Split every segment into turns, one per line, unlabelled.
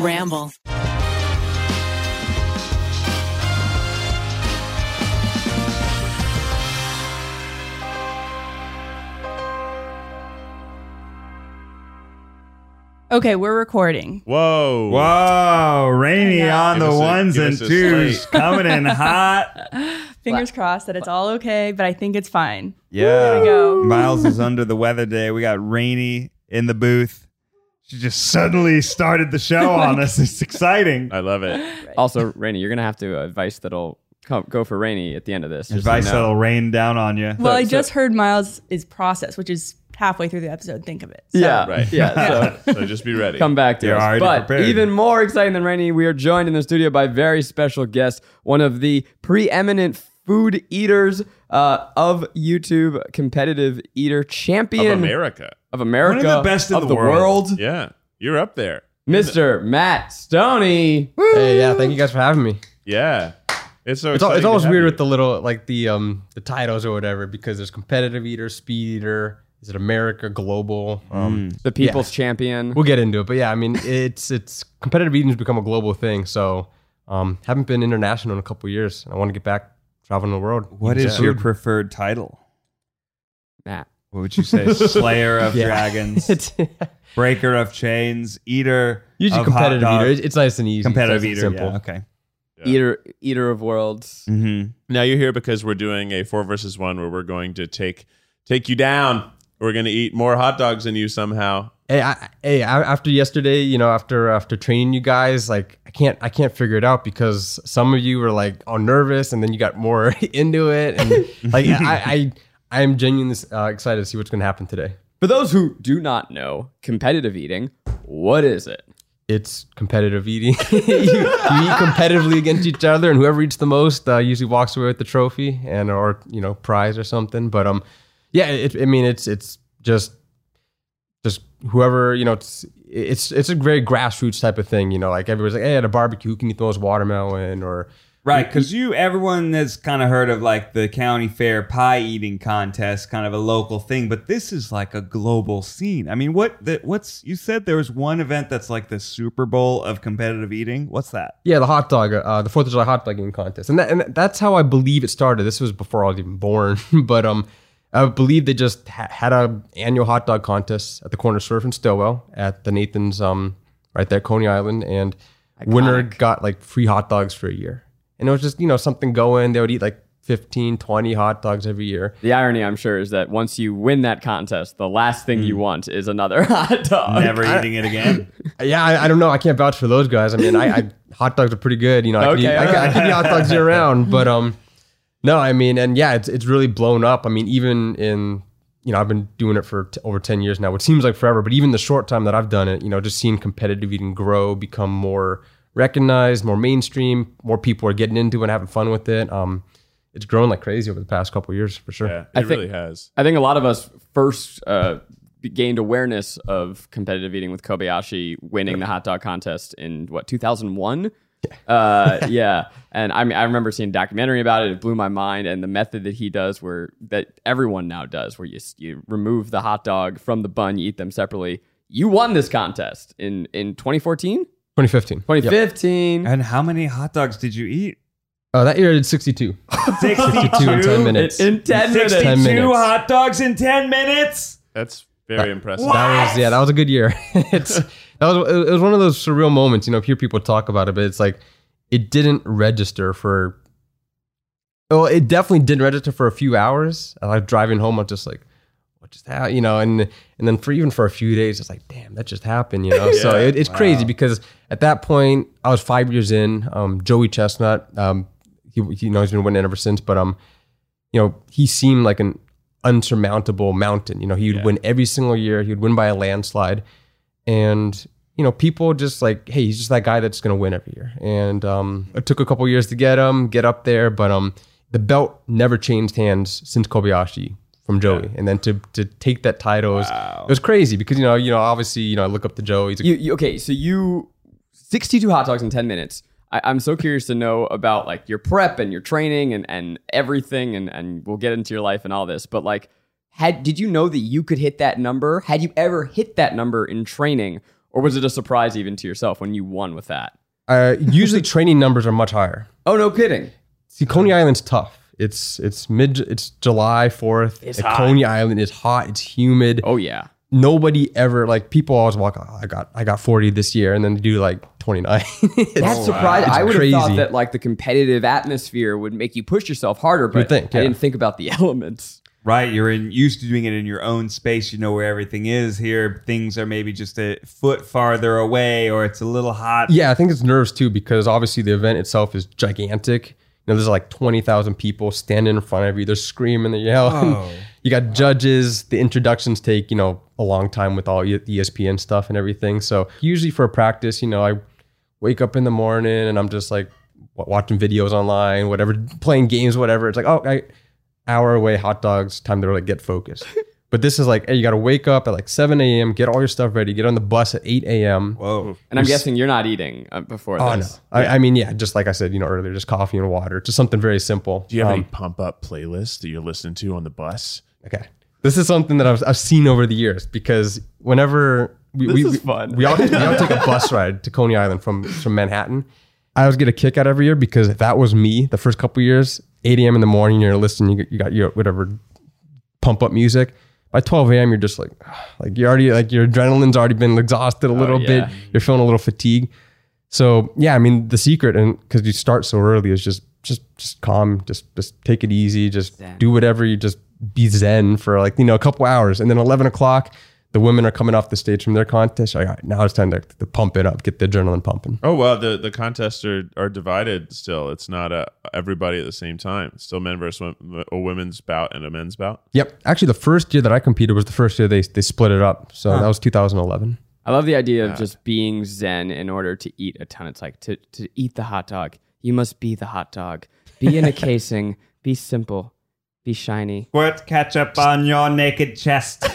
Ramble.
Okay, we're recording.
Whoa.
Wow, Rainy on
Give
the
us a-
ones
give
and
us a slate.
twos coming in hot.
Fingers crossed that it's all okay, but I think it's fine.
Yeah.
we
Mm.
go.
Miles is under the weather day. We got Rainy in the booth. She just suddenly started the show on us. It's exciting.
I love it.
Also, Rainy, you're gonna have to uh, advice that'll come, go for Rainy at the end of this. just so
Advice
you know.
that'll rain down on you.
Well, I
so-
just heard Miles is processed, which is halfway through the episode. Think of it. So-
Yeah,
Right.
Yeah. So
So just be ready.
come back to
You're
us.
already
But
prepared.
even more exciting than Rainy, we are joined in the studio by very special guest, one of the preeminent food eaters uh, of YouTube, competitive eater
Of
champion
America.
of America,
One of the best in
of
the world.
Yeah. You're up there.
Mr. Matt Stoney.
Hey, yeah, thank you guys for having me.
Yeah. It's so
It's, al-
exciting
it's
to
always
have
weird
you.
with the little like the um the titles or whatever because there's competitive eater, speed eater, is it America global?
Hmm.
Um,
the people's champion.
we'll get into it, but yeah, I mean it's it's competitive eating's become a global thing, so um haven't been international in a couple years. I want to get back traveling the world.
What
eating
is your
food.
preferred title?
Matt.
What would you say? Slayer of dragons,
It's
breaker of chains, eater.
usually
of hot
competitive
dog-
eater. It's- It's nice and easy.
Competitive
It's
eater.
nice and
Yeah,
Simple.
okay.
Yeah.
Eater eater of worlds.
Mm-hmm.
Now you're here because we're doing a four versus one where we're going to take take you down. We're gonna eat more hot dogs than you somehow.
Hey, I, hey! I, after yesterday, you know, after after training you guys, like I can't I can't figure it out because some of you were like all nervous, and then you got more into it, and like I I I am genuinely uh, excited to see what's going to happen today.
For those who do not know, competitive eating, what is it?
It's competitive eating. you, you eat competitively against each other, and whoever eats the most uh, usually walks away with the trophy and or you know prize or something. But um, yeah, it, I mean it's it's just just whoever you know it's it's it's a very grassroots type of thing. You know, like everybody's like, hey, at a barbecue, who can eat the most watermelon or
Right, because you, everyone has kind of heard of like the county fair pie eating contest, kind of a local thing, but this is like a global scene. I mean, what the, what's you said there was one event that's like the Super Bowl of competitive eating. What's that?
Yeah, the hot dog, uh, the Fourth of July hot dog eating contest, and that, and that's how I believe it started. This was before I was even born, but um, I believe they just ha- had a annual hot dog contest at the corner of Surf and Stowell at the Nathan's, um, right there, at Coney Island, and winner got like free hot dogs for a year, and it was just you know something going. They would eat like 15, 20 hot dogs every year.
The irony, I'm sure, is that once you win that contest, the last thing you want is another hot dog.
Hmm. Never e- eating it again.
Yeah, I, I don't know. I can't vouch for those guys. I mean, I, I hot dogs are pretty good. You know, I, can eat,
Okay.
I, can, I can eat hot dogs year round. But um, no, I mean, and yeah, it's it's really blown up. I mean, even in you know, I've been doing it for t- over ten years now, which seems like forever. But even the short time that I've done it, you know, just seeing competitive eating grow, become more recognized, more mainstream, more people are getting into it, and having fun with it. Um, it's grown like crazy over the past couple years for sure.
Yeah, it
I think-
really has.
I think a lot of us first uh, gained awareness of competitive eating with Kobayashi winning the hot dog contest in what 2001. Uh, yeah, and I mean, I remember seeing a documentary about it. It blew my mind, and the method that he does, where that everyone now does, where you s- you remove the hot dog from the bun, you eat them separately. You won this contest in in 2014,
2015.
2015.
And how many hot dogs did you eat?
Oh, that year I did 62.
62
62 in 10 minutes.
in 10 minutes.
62
10 minutes.
hot dogs in 10 minutes.
That's very impressive.
That was yeah, that was a good year. it's that was it was one of those surreal moments. You know, hear people talk about it, but it's like it didn't register for. Well, it definitely didn't register for a few hours. And like driving home, I'm just like, what just happened? You know, and and then for even for a few days, it's like, damn, that just happened. You know, so
Yeah.
it, it's crazy because at that point, I was five years in. Um, Joey Chestnut, um, he you know he's been winning ever since, but um, you know, he seemed like an unsurmountable mountain. You know, he would win every single year. He would win by a landslide, and you know, people just like, hey, he's just that guy that's going to win every year. And um, it took a couple years to get him, get up there, but um, the belt never changed hands since Kobayashi from Joey, and then to to take that title was it was crazy because you know, you know, obviously, you know, I look up to Joey. He's a
You, you okay? So you sixty-two hot dogs in ten minutes. I, I'm so curious to know about like your prep and your training and and everything, and and we'll get into your life and all this. But like, had did you know that you could hit that number? Had you ever hit that number in training, Or was it a surprise even to yourself when you won with that?
Uh, usually training numbers are much higher.
Oh, no kidding.
See, Coney Island's tough. It's it's mid. It's July fourth. It's Coney Island is hot. It's humid.
Oh, yeah.
Nobody ever like people always walk. "Oh, I got I got forty this year, and then they do like twenty nine.
That's surprising.
It's
I would have
crazy.
thought that like the competitive atmosphere would make you push yourself harder, but
think,
I
yeah.
didn't think about the elements.
Right, you're in used to doing it in your own space. You know where everything is. Here, things are maybe just a foot farther away, or it's a little hot.
Yeah, I think it's nerves too because obviously the event itself is gigantic. You know, there's like twenty thousand people standing in front of you. They're screaming, they're yelling.
Oh.
You got judges. The introductions take you know a long time with all E- ESPN stuff and everything. So usually for a practice, you know, I wake up in the morning and I'm just like wa- watching videos online, whatever, playing games, whatever. It's like oh, I, hour away, hot dogs. Time to like get focused. But this is like, hey, you got to wake up at like 7 a.m., get all your stuff ready, get on the bus at 8 a.m.
Whoa.
And I'm guessing you're not eating uh, before
Oh no!
this.
I, I mean, yeah, just like I said, you know, earlier, just coffee and water, just something very simple.
Do you have
Um,
any pump up playlist that you're listening to on the bus?
okay, this is something that I've, I've seen over the years because whenever we we,
is
we-
fun.
we all we all take a bus ride to Coney Island from from Manhattan. I always get a kick out every year because if that was me the first couple years, 8 a.m. in the morning, you're listening, you, got- you got your whatever pump up music. By 12 a.m., you're just like, like you already like your adrenaline's already been exhausted a little
yeah.
bit. You're feeling a little fatigue. So yeah, I mean the secret and because you start so early is just just just calm, just just take it easy, just do whatever you just be zen for like you know a couple hours, and then 11 o'clock. The women are coming off the stage from their contest. All right, now it's time to, to pump it up, get the adrenaline pumping.
Oh well, the the contests are, are divided still. It's not a everybody at the same time. It's still men versus wom- a women's bout and a men's bout.
Yep. Actually, the first year that I competed was the first year they, they split it up. So that was 2011.
I love the idea of just being zen in order to eat a ton. It's like to, to eat the hot dog, you must be the hot dog. Be in a casing, be simple, be shiny.
Squirt ketchup on your naked chest.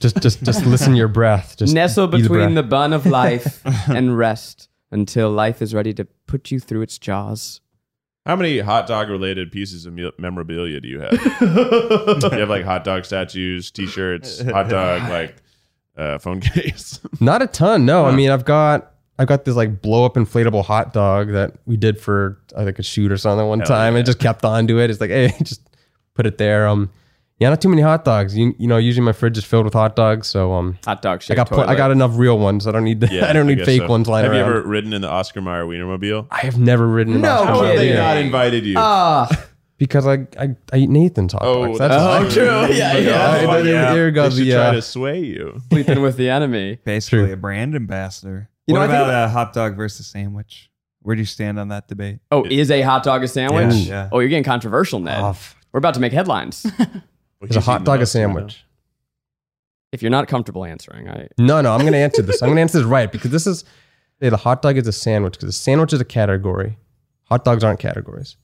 Just just just listen to your breath. Just
Nestle
be the breath.
between the bun of life and rest until life is ready to put you through its jaws.
How many hot dog related pieces of me- memorabilia do you have? do you have like hot dog statues, T-shirts, hot dog like uh, phone case.
Not a ton. No, I mean I've got I've got this like blow up inflatable hot dog that we did for I think a shoot or something one time. and It just kept on to it. It's like hey, just put it there. Um, yeah, not too many hot dogs. You you know usually my fridge is filled with hot dogs, so um.
Hot dog shit.
I got pl- I got enough real ones. I don't need the, I don't need
guess
fake
so.
ones lying
Have you
around.
ever ridden in the Oscar Mayer Wienermobile?
I have never ridden. an
No
Oscar
How have
Mayer
they
kidding.
either.
not invited you?
Oh. Ah,
Because I, I I eat Nathan's hot
Oh,
dogs.
that's
all.
oh, true. Yeah, yeah.
Oh, there-
yeah.
there
They
goes
should
the.
try
Uh,
to sway you.
sleeping with the enemy.
Basically,
True.
a brand ambassador.
You know,
what
I think
about a hot dog versus sandwich? Where do you stand on that debate?
Oh, is a hot dog a sandwich?
Yeah, yeah.
Oh, you're getting controversial, Ned.
off.
We're about to make headlines.
Is a hot dog a sandwich?
if you're not comfortable answering, I
No, no, I'm going to answer this. I'm going to answer this right because this is hey, the hot dog is a sandwich because a sandwich is a category. Hot dogs aren't categories.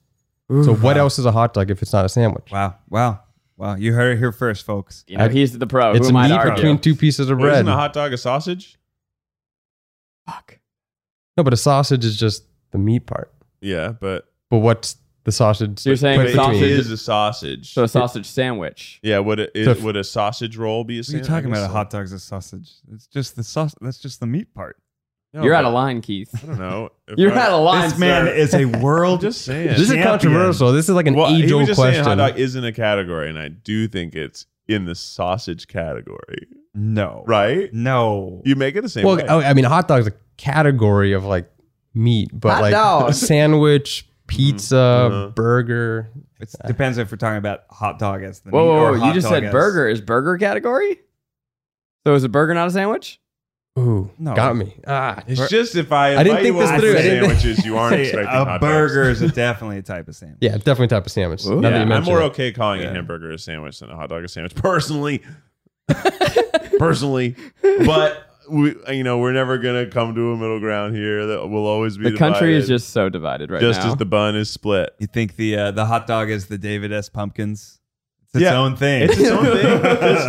so what else is a hot dog if it's not a sandwich?
Wow, wow, wow! You heard it here first, folks.
you know
I-
he's the pro.
It's
Who am I to
meat
argue?
between two pieces of
Well,
bread.
isn't a hot dog a sausage?
Fuck.
no, but a sausage is just the meat part.
Yeah, but
But what's the sausage?
So you're saying
put
it
sausage
between?
is a sausage.
So a sausage sandwich.
yeah, would it, is,
So if-
would a sausage roll be
What are
a
you
sandwich?
talking
I
about?
guess
A
so.
hot dog's a sausage. It's just the sauce. That's just the meat part.
Oh,
No,
you're out
but-
of line, Keith.
I don't know. If
You're
I-
out of line,
This man
sir.
is a world.
Just saying.
This is
Champion.
controversial. This is like an
well, he was
age-old
just saying hot
question.
dog isn't a category, and I do think it's in the sausage category,
no,
right?
No,
You make it the same
Well,
way.
oh, I mean, a hot dog's a category of like meat, but
Hot
like
dog.
sandwich, pizza,
Mm-hmm.
burger.
it depends if we're talking about hot dog as the
Whoa,
meat or
whoa, whoa. You
hot
just
dog
said
as-
burger. Is burger a category? So is a burger not a sandwich?
Ooh,
No.
got me. Ah,
it's just if I,
I
invite
didn't think
you
this
over
through.
for
I didn't-
Sandwiches, you aren't
Say,
expecting
a
hot
burger
Dogs.
is a definitely a type of sandwich.
Yeah, definitely type of sandwich.
Ooh.
Now that
Yeah,
you
I'm
mention
more
it.
okay calling a hamburger a sandwich than a hot dog a sandwich, personally. personally, but we, you know, we're never gonna come to a middle ground here. That will always be
The country is
divided,
just so divided right
just
now.
as the bun is split.
You think the uh, the hot dog is the David S. Pumpkins? It's its
Yeah.
own thing.
It's its own thing.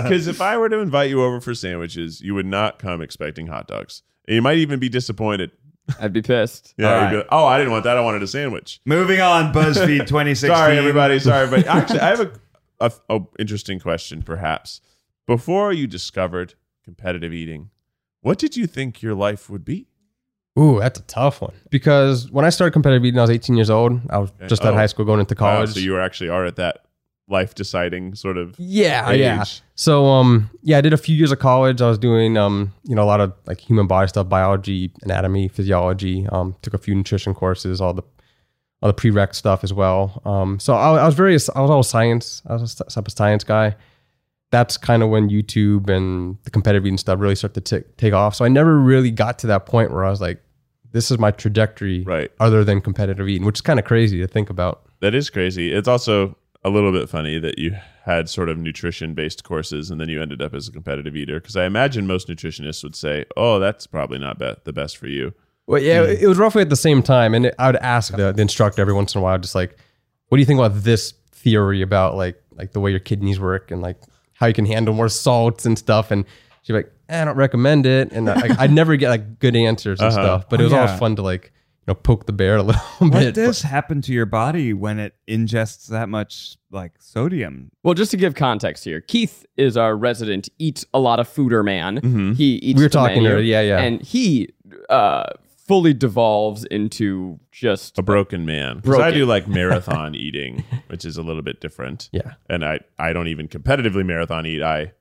Because if I were to invite you over for sandwiches, you would not come expecting hot dogs. And You might even be disappointed.
I'd be pissed.
Yeah.
All
you'd be
right.
like, oh, I didn't want that. I wanted a sandwich.
Moving on, BuzzFeed 2016.
Sorry, everybody. Sorry, everybody. Actually, I have a, a, a interesting question, perhaps. Before you discovered competitive eating, What did you think your life would be?
Ooh, that's a tough one. Because when I started competitive eating, I was 18 years old. I was
Okay.
just out of
Oh.
high school, going into
Wow,
college.
so you actually are at that life deciding sort of
yeah, yeah.
age.
So, um, yeah, I did a few years of college. I was doing, um, you know, a lot of like human body stuff, biology, anatomy, physiology. Um, took a few nutrition courses, all the all the prereq stuff as well. Um, so I, I was very, I was all science. I was a type of science guy. That's kind of when YouTube and the competitive eating stuff really started to t- take off. So I never really got to that point where I was like, this is my trajectory
Right.
other than competitive eating, which is kind of crazy to think about.
That is crazy. It's also a little bit funny that you had sort of nutrition based courses and then you ended up as a competitive eater because I imagine most nutritionists would say, "Oh, that's probably not be- the best for you."
Well, yeah, it was roughly at the same time, and I would ask the, the instructor every once in a while, just like, "What do you think about this theory about like like the way your kidneys work and like how you can handle more salts and stuff?" And she'd be like, eh, "I don't recommend it," and I, I'd never get like good answers and
Uh-huh.
stuff. But it was
Oh, Yeah.
always fun to like you know poke the bear a little
What
bit.
does happen to your body when it ingests that much like sodium?
Well, just to give context here, Keith is our resident eat a lot of fooder man.
Mm-hmm.
He eats.
We
the
were talking
menu,
earlier, yeah, yeah.
And he uh, fully devolves into just
A broken man. Because I
Broken.
do like marathon eating, which is a little bit different.
Yeah.
And I I don't even competitively marathon eat. I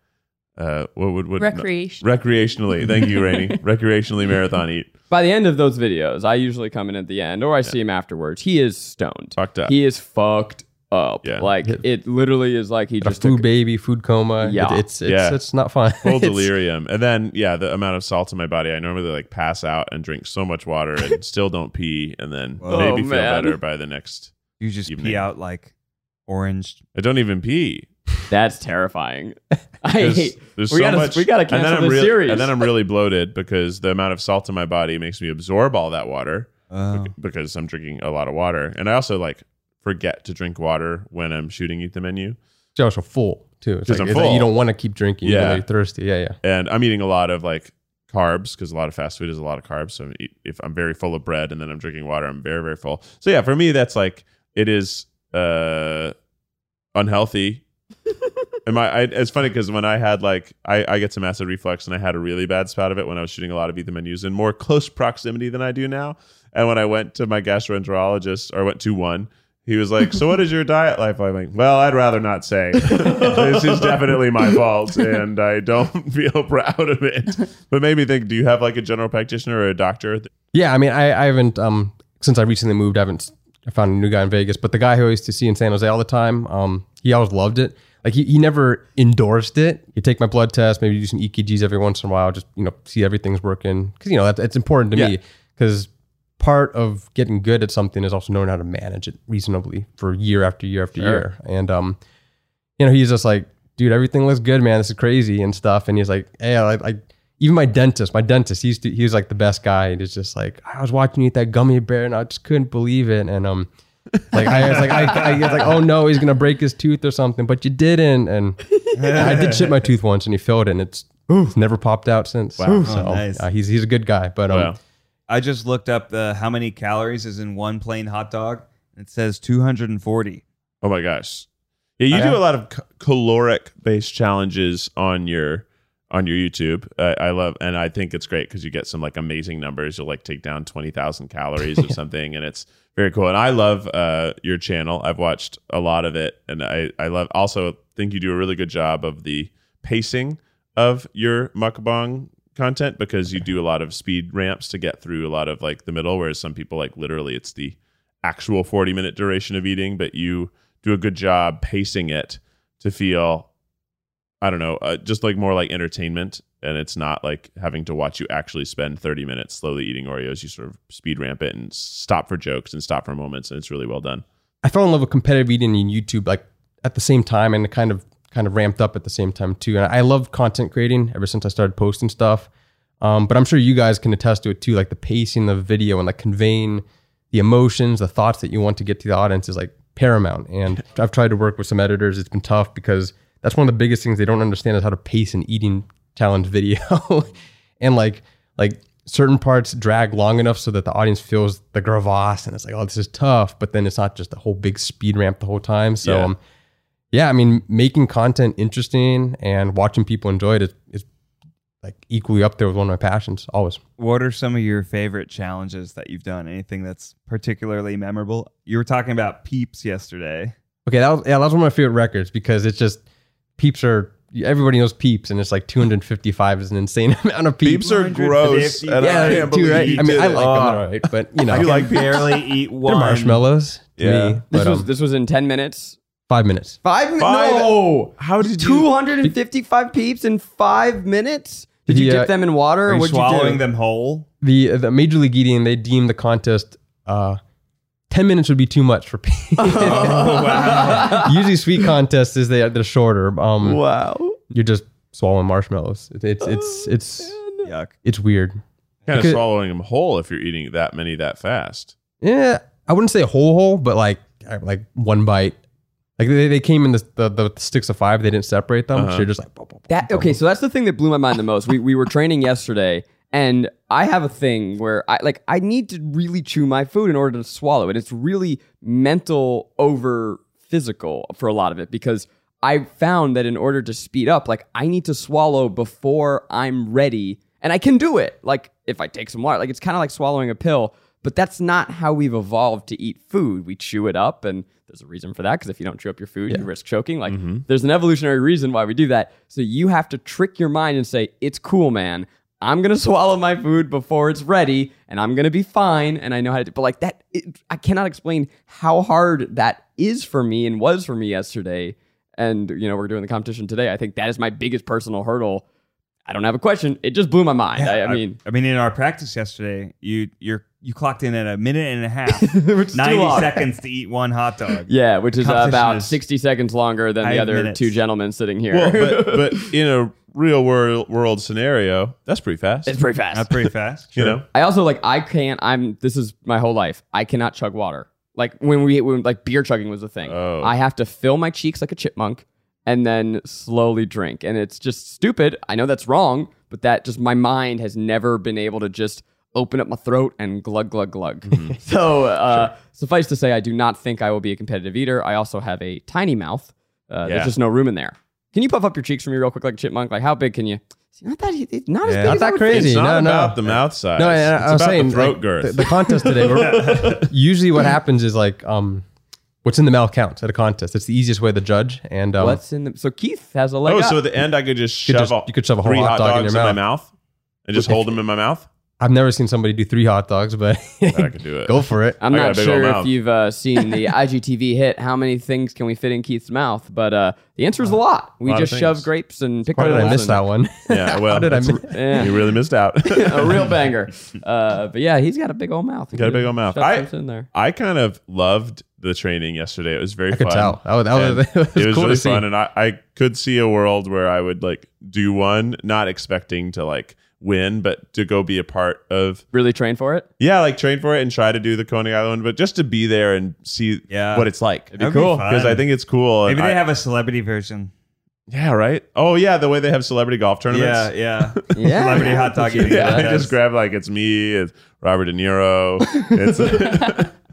uh what would what
Recreation.
recreationally. Thank you, Rainey. recreationally marathon eat.
by the end of those videos. I usually come in at the end, or I see him afterwards. He is stoned.
Fucked up.
He is fucked up.
Yeah.
Like it literally is like he
a
just took
food baby, food coma.
Yeah.
It- it's it's,
Yeah.
it's not fun.
Full
It's-
delirium. And then yeah, the amount of salt in my body. I normally like pass out and drink so much water and still don't pee and then
Whoa.
maybe
Oh,
feel
man.
better by the next
You just
Evening.
pee out like orange.
I don't even pee.
That's terrifying. I
There's,
hate.
there's
we
so
gotta,
much.
We gotta
and then
cancel
I'm
the
really,
series.
And then I'm really bloated because the amount of salt in my body makes me absorb all that water
Oh.
because I'm drinking a lot of water. And I also like forget to drink water when I'm shooting Eat the Menu.
You're also full too. It's
'Cause
like,
I'm
it's like
full.
you don't want to keep drinking. even
Yeah.
though you're thirsty. Yeah, yeah.
And I'm eating a lot of like carbs because a lot of fast food is a lot of carbs. So I'm eat, if I'm very full of bread and then I'm drinking water, I'm very, very full. So yeah, for me, that's like, it is uh, unhealthy. Am I, I? It's funny because when I had like I, I get some acid reflux and I had a really bad spout of it when I was shooting a lot of Eat the Menus in more close proximity than I do now. And when I went to my gastroenterologist or went to one, he was like, "So what is your diet life?" I'm like, "Well, I'd rather not say. this is definitely my fault, and I don't feel proud of it." But it made me think: Do you have like a general practitioner or a doctor?
Yeah, I mean, I, I haven't um since I recently moved, I haven't I found a new guy in Vegas, but the guy who I used to see in San Jose all the time, um, he always loved it. Like he, he never endorsed it. You take my blood test, maybe do some EKGs every once in a while, just you know see everything's working because you know that it's important to me because part of getting good at something is also knowing how to manage it reasonably for year after year after year. And um, you know, he's just like, dude, everything looks good, man. This is crazy and stuff. And he's like, hey, I, I even my dentist, my dentist, he's he was like the best guy. And he's just like, I was watching you eat that gummy bear, and I just couldn't believe it. And um, like I was like, I, I was like, oh no, he's gonna break his tooth or something, but you didn't. And I did chip my tooth once, and he filled it, and it's. it's never popped out since.
Wow.
So
Oh, nice.
uh, he's he's a good guy, but um,
Wow.
I just looked up the how many calories is in one plain hot dog. It says 240.
Oh my gosh! Yeah, you do a lot of c- caloric-based challenges on your on your YouTube. Uh, I love, and I think it's great because you get some like amazing numbers. You'll like take down twenty thousand calories or something, and it's very cool. And I love uh, your channel. I've watched a lot of it, and I I love. Also, think you do a really good job of the pacing of your mukbang content because you do a lot of speed ramps to get through a lot of like the middle whereas some people like literally it's the actual 40 minute duration of eating but you do a good job pacing it to feel i don't know uh, just like more like entertainment and it's not like having to watch you actually spend 30 minutes slowly eating oreos you sort of speed ramp it and stop for jokes and stop for moments and it's really well done
I fell in love with competitive eating and YouTube like at the same time and it kind of kind of ramped up at the same time too. And I love content creating ever since I started posting stuff. Um, but I'm sure you guys can attest to it too, like the pacing of video and like conveying the emotions, the thoughts that you want to get to the audience is like paramount. And I've tried to work with some editors. It's been tough because that's one of the biggest things they don't understand is how to pace an eating challenge video. and like like certain parts drag long enough so that the audience feels the gravas and it's like, oh, this is tough. But then it's not just a whole big speed ramp the whole time. So
Yeah.
um yeah, I mean, making content interesting and watching people enjoy it is, is like equally up there with one of my passions always.
What are some of your favorite challenges that you've done? Anything that's particularly memorable? You were talking about peeps yesterday.
Okay, that was yeah, that was one of my favorite records because it's just peeps are everybody knows peeps, and it's like 255 is an insane amount of peeps.
Peeps are gross.
250.
And I
yeah,
can't
dude,
believe
right?
you
I mean,
did
I
it. Uh,
like them, all right, but you know,
You Ah. like peeps?
Barely eat one.
they're marshmallows. To
Yeah.
me,
This
but,
This was
um,
this was in ten minutes.
five minutes.
Five minutes.
Five-
No.
How did you?
Two hundred and fifty-five peeps in five minutes. Did you
Yeah.
dip them in water?
uh, Are
Or
you
what'd you do?
swallowing them whole?
The the Major League Eating they deemed the contest uh, ten minutes would be too much for peeps.
Oh,
Usually, sweet contests is they they're shorter. Um,
Wow.
you're just swallowing marshmallows. It,
Oh,
it's it's it's
Yuck.
it's weird.
Kind of
Because-
swallowing them whole if you're eating that many that fast.
Yeah, I wouldn't say whole whole, but like I- like one bite. Like they, they came in the, the the sticks of five. They didn't separate them.
Uh-huh.
So you're just like.
That okay, so that's the thing that blew my mind the most. We we were training yesterday, and I have a thing where I like I need to really chew my food in order to swallow it. It's really mental over physical for a lot of it because I found that in order to speed up, like I need to swallow before I'm ready, and I can do it. Like if I take some water, like it's kind of like swallowing a pill. But that's not how we've evolved to eat food. We chew it up, and there's a reason for that because if you don't chew up your food, you risk choking. Like, there's an evolutionary reason why we do that. So you have to trick your mind and say, It's cool, man. I'm going to swallow my food before it's ready, and I'm going to be fine. And I know how to do But, like, that, it, I cannot explain how hard that is for me and was for me yesterday. And, you know, we're doing the competition today. I think that is my biggest personal hurdle. I don't have a question. It just blew my mind. I, I mean,
I mean, in our practice yesterday, you you're you clocked in at a minute and a half,
is too long.
ninety seconds to eat one hot dog.
yeah, which is uh,
Competition
about
is
60 seconds longer than the
five
other
minutes.
two gentlemen sitting here.
Well, but, but in a real world, world scenario, that's pretty fast.
it's pretty fast.
Not pretty fast.
you
Sure.
know,
I also like I can't. I'm. This is my whole life. I cannot chug water. Like when we when like beer chugging was a thing.
Oh.
I have to fill my cheeks like a chipmunk and then slowly drink, and it's just stupid. I know that's wrong, but that just my mind has never been able to just open up my throat and glug glug glug.
Mm-hmm.
so uh, suffice to say, I do not think I will be a competitive eater. I also have a tiny mouth. Uh,
Yeah.
There's just no room in there. Can you puff up your cheeks for me real quick, like a chipmunk? Like how big can you? See, Not that. It's not as
Yeah.
big
Not
as I
that
would think.
crazy.
it's not
no, no.
about the mouth size.
No, and I,
it's
I was
about
saying
the throat
like,
girth.
The, the contest today. we're- usually, what happens is like, um, what's in the mouth counts at a contest. It's the easiest way to judge. And um,
What's in the? So Keith has a leg
oh,
up.
so at the end, I could just
You
shove
could just-
all-
you could shove a whole
three
hot dog in
dogs
your
my mouth and just hold them in my mouth.
I've never seen somebody do three hot dogs, but
I could do it.
go for it.
I'm
I got
not
a big old
sure if
mouth.
you've uh, seen the IGTV hit. How many things can we fit in Keith's mouth? But uh, the answer is a lot. We
lot of
just shove
things.
grapes and
Why
pickles.
did I miss that
and-
one?
Yeah, well,
How did I
that's-
miss-
Yeah.
you really missed out.
a real banger. Uh, but yeah, he's got a big old mouth.
Got a big old mouth. I-
I, in there.
I kind of loved the training yesterday. It was very
I could
fun.
tell. That was- that was-
And
that was
it was
cool to
really
see.
fun, and I, I could see a world where I would like do one, not expecting to like win, but to go be a part of.
Really trained for it.
Yeah, like train for it and try to do the Coney Island, but just to be there and see
Yeah.
what it's like.
be That'd be cool. fun.
because I think it's cool. and
Maybe they
I-
have a celebrity version.
yeah, right. Oh yeah, the way they have celebrity golf tournaments.
Yeah, yeah.
Yeah.
Celebrity hot dog eating.
Yeah, I
contest.
just grab like it's me, it's Robert De Niro. It's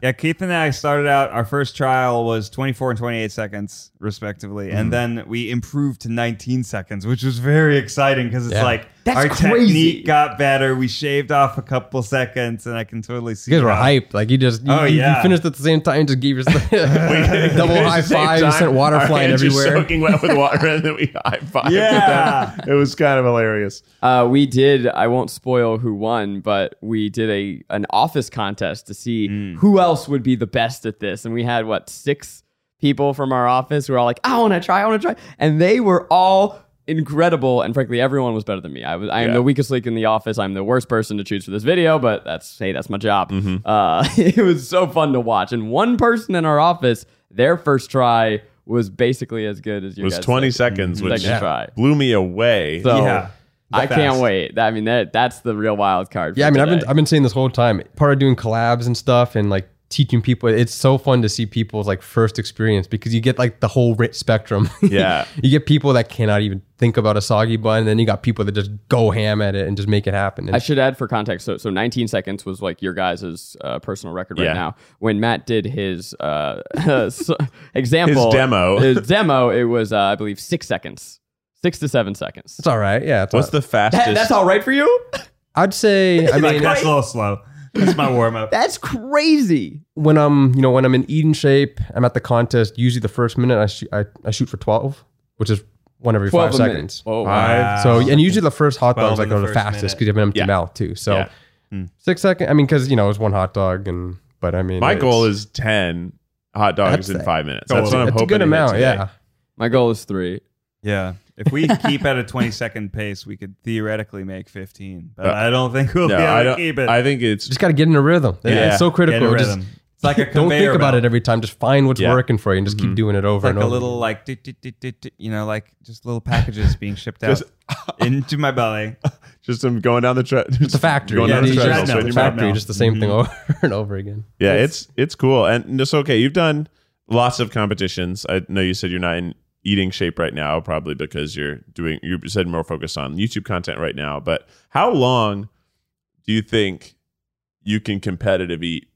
Yeah, Keith and I started out. Our first trial was 24 and 28 seconds, respectively, and
Mm-hmm.
then we improved to 19 seconds, which was very exciting because it's
Yeah.
like
That's
our
crazy.
technique got better. We shaved off a couple seconds, and I can totally see
You guys were
how-
hyped. Like you just you,
Oh,
you- you
yeah.
finished at the same time, just gave yourself double
At the
high
same
five, you
time,
sent water
our
flying
hands are
everywhere.
soaking wet with water, and then we high five.
Yeah.
it was kind of hilarious.
Uh, we did. I won't spoil who won, but we did a an office contest to see
Mm.
who else would be the best at this, and we had what six people from our office who were all like, "I want to try, I want to try," and they were all incredible. And frankly, everyone was better than me. I was. I am
Yeah.
the weakest link in the office. I'm the worst person to choose for this video, but that's hey, that's my job.
Mm-hmm.
Uh, it was so fun to watch, and one person in our office, their first try was basically as good as
It
you
was
guys
20
said.
seconds, which
Second try.
blew me away.
So
Yeah.
I
Fast.
can't wait. That- I mean, that that's the real wild card. for
Yeah, I mean, I've
today.
been I've been saying this whole time. Part of doing collabs and stuff, and like teaching people, it's so fun to see people's like first experience because you get like the whole ri- spectrum.
Yeah.
you get people that cannot even think about a soggy bun, and then you got people that just go ham at it and just make it happen. And
I should add for context. So, so 19 seconds was like your guys' uh, personal record right
Yeah.
now. When Matt did his uh, so- example,
His demo.
his demo, it was uh, I believe six seconds. Six to seven seconds.
It's all right. Yeah. It's
What's
all-
the fastest?
That- that's all right for you?
I'd say. I
Like,
mean,
that's a little slow. That's my warm up.
That's crazy.
when I'm, you know, when I'm in eating shape, I'm at the contest. Usually, the first minute I shoot, I, I shoot for twelve, which is one every five
a minute.
seconds.
Whoa.
Wow.
So, and usually the first hot
12
dogs like
Um, in the
are the
first
fastest
minute.
because you have an empty
Yeah.
mouth too. So
Yeah.
six second. I mean, because you know it's one hot dog, and but I mean,
My
it's-
goal is ten hot dogs
That's
in
a-
five minutes. That's what I'm
that's
hoping.
a good
to hit
amount.
today.
Yeah.
My goal is three.
Yeah. If we keep at a 20 second pace, we could theoretically make 15, but
Uh,
I don't think we'll
No,
be able
I
to keep
don't.
it.
I think it's
Just got to get in a rhythm. It-
Yeah.
It's so
Get a
critical. Just
rhythm. it's like a
don't think
conveyor
about
belt.
it every time. Just find what's
Yeah. Mm-hmm.
working for you and just keep doing it over
It's
and
like a
over.
little like dit, dit, dit, dit, dit, you know like just little packages being shipped out
Just-
into my belly.
just them going down the track. It's
the factory.
Going
Yeah,
down the
it's
treadmill,
treadmill,
straight in
the
your mouth.
factory, just the same thing
Mm-hmm.
over and over again.
Yeah, it's it's cool, and it's okay. You've done lots of competitions. I know you said you're not in eating shape right now, probably because you're doing. You said more focused on YouTube content right now. But how long do you think you can competitive eat?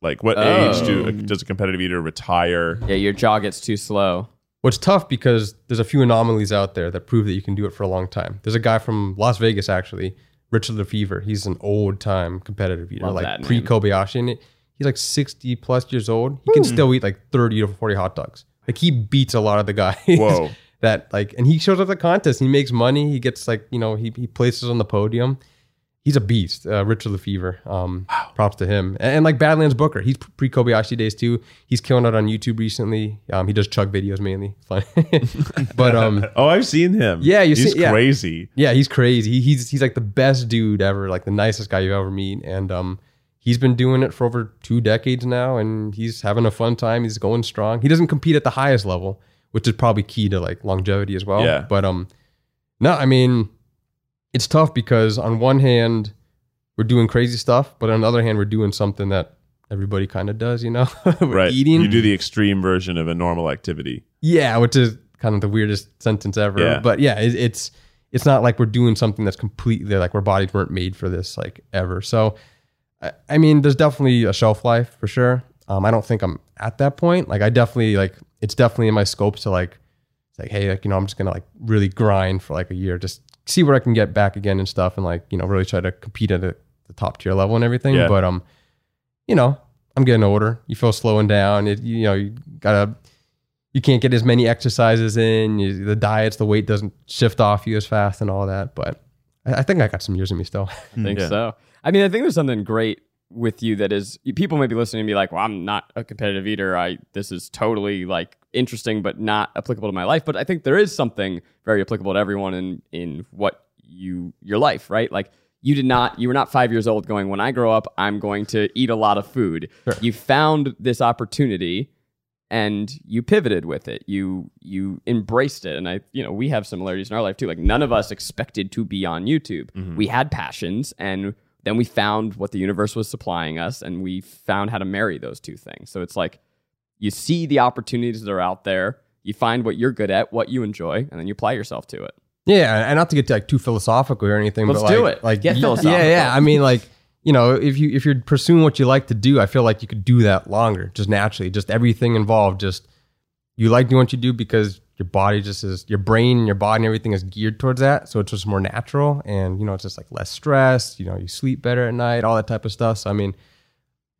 Like, what age do
Oh.
Um,
does a competitive eater retire?
Yeah, your jaw gets too slow.
Well, it's tough because there's a few anomalies out there that prove that you can do it for a long time. There's a guy from Las Vegas, actually, Richard Lefevre. He's an old time competitive eater,
Love that
like
name.
pre Kobayashi. And it- he's like 60 plus years old. He can still eat like 30 to 40 hot dogs. Like he beats a lot of the guys.
Whoa.
that like, and he shows up at the contest. He makes money. He gets like, you know, he, he places on the podium. He's a beast, uh, Richard Lefevre. Um, Props to him. And, and like Badlands Booker, he's pre Kobayashi days too. He's killing it on YouTube recently. Um, he does chug videos mainly. Fun. but um,
Oh, I've seen him.
Yeah, you
he's
see- yeah.
crazy.
yeah, he's crazy. He, he's he's like the best dude ever, like the nicest guy you ever meet. And um, he's been doing it for over two decades now, and he's having a fun time. He's going strong. He doesn't compete at the highest level, which is probably key to like longevity as well.
Yeah.
But um, no, I mean, it's tough because on one hand we're doing crazy stuff, but on the other hand we're doing something that everybody kind of does, you know, we're
Right,
eating.
You do the extreme version of a normal activity.
Yeah, which is kind of the weirdest sentence ever.
Yeah.
But yeah, it, it's it's not like we're doing something that's completely like our bodies weren't made for this like ever. So I, I mean, there's definitely a shelf life for sure. Um, I don't think I'm at that point. Like I definitely like it's definitely in my scope to like it's like hey like you know I'm just gonna like really grind for like a year, just see what I can get back again and stuff, and like you know really try to compete at a, the top tier level and everything.
Yeah.
But um, you know I'm getting older. You feel slowing down. It, you know you gotta you can't get as many exercises in. You, the diets, the weight doesn't shift off you as fast and all that. But I, I think I got some years in me still.
I think
Yeah.
so. I mean, I think there's something great with you that is people may be listening and be like, "Well, I'm not a competitive eater. I this is totally like interesting, but not applicable to my life." But I think there is something very applicable to everyone in in what you your life, right? Like you did not you were not five years old going when i grow up i'm going to eat a lot of food you found this opportunity and you pivoted with it you you embraced it and i you know we have similarities in our life too like none of us expected to be on youtube we had passions and then we found what the universe was supplying us and we found how to marry those two things so it's like you see the opportunities that are out there you find what you're good at what you enjoy and then you apply yourself to it
Yeah, and not to get like too philosophical or anything.
Let's
but like,
do it.
Like,
Get
y-
philosophical.
Yeah, yeah. I mean, like you know, if you if you're pursuing what you like to do, I feel like you could do that longer, just naturally, just everything involved. Just you like doing what you do because your body just is your brain and your body and everything is geared towards that. So it's just more natural, and you know, it's just like less stress. You know, you sleep better at night, all that type of stuff. So I mean,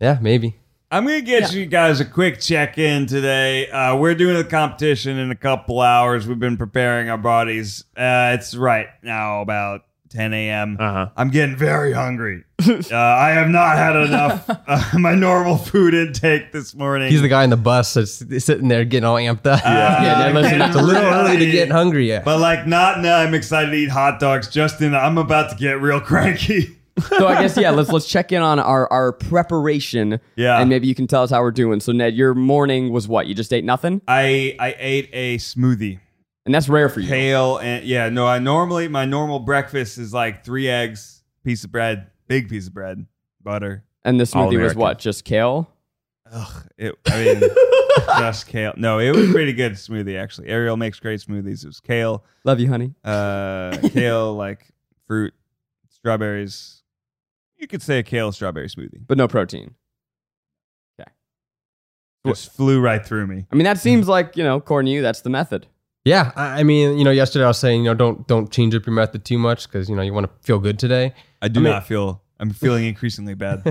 yeah, maybe.
I'm gonna get you guys a quick check in today. Uh, we're doing the competition in a couple hours. We've been preparing our bodies. Uh, it's right now about 10 a.m.
Uh huh.
I'm getting very hungry. uh, I have not had enough uh, my normal food intake this morning.
He's the guy in the bus that's sitting there getting all amped up.
Uh,
Yeah, they're listening.
getting
it's a little early to
really-
get hungry. Yeah.
But like not now. I'm excited to eat hot dogs. Justin, I'm about to get real cranky.
so I guess yeah, let's let's check in on our our preparation.
Yeah.
and maybe you can tell us how we're doing. So Ned, your morning was what? You just ate nothing,
I I ate a smoothie.
and that's rare for you.
Kale and yeah, no, I normally my normal breakfast is like three eggs, piece of bread, big piece of bread, butter.
And the smoothie was
All-American.
what? Just kale.
Ugh, it, I mean just kale. No, it was a pretty good smoothie actually. Ariel makes great smoothies. It was kale,
Love you, honey.
uh, kale like fruit, strawberries. You could say a kale strawberry smoothie.
But no protein.
Just flew right through me.
I mean, that seems like you know, corn you. That's the method.
Yeah, I I mean, you know, yesterday I was saying, you know, don't don't change up your method too much because you know you want to feel good today.
I do
mean-
not feel. I'm feeling increasingly bad.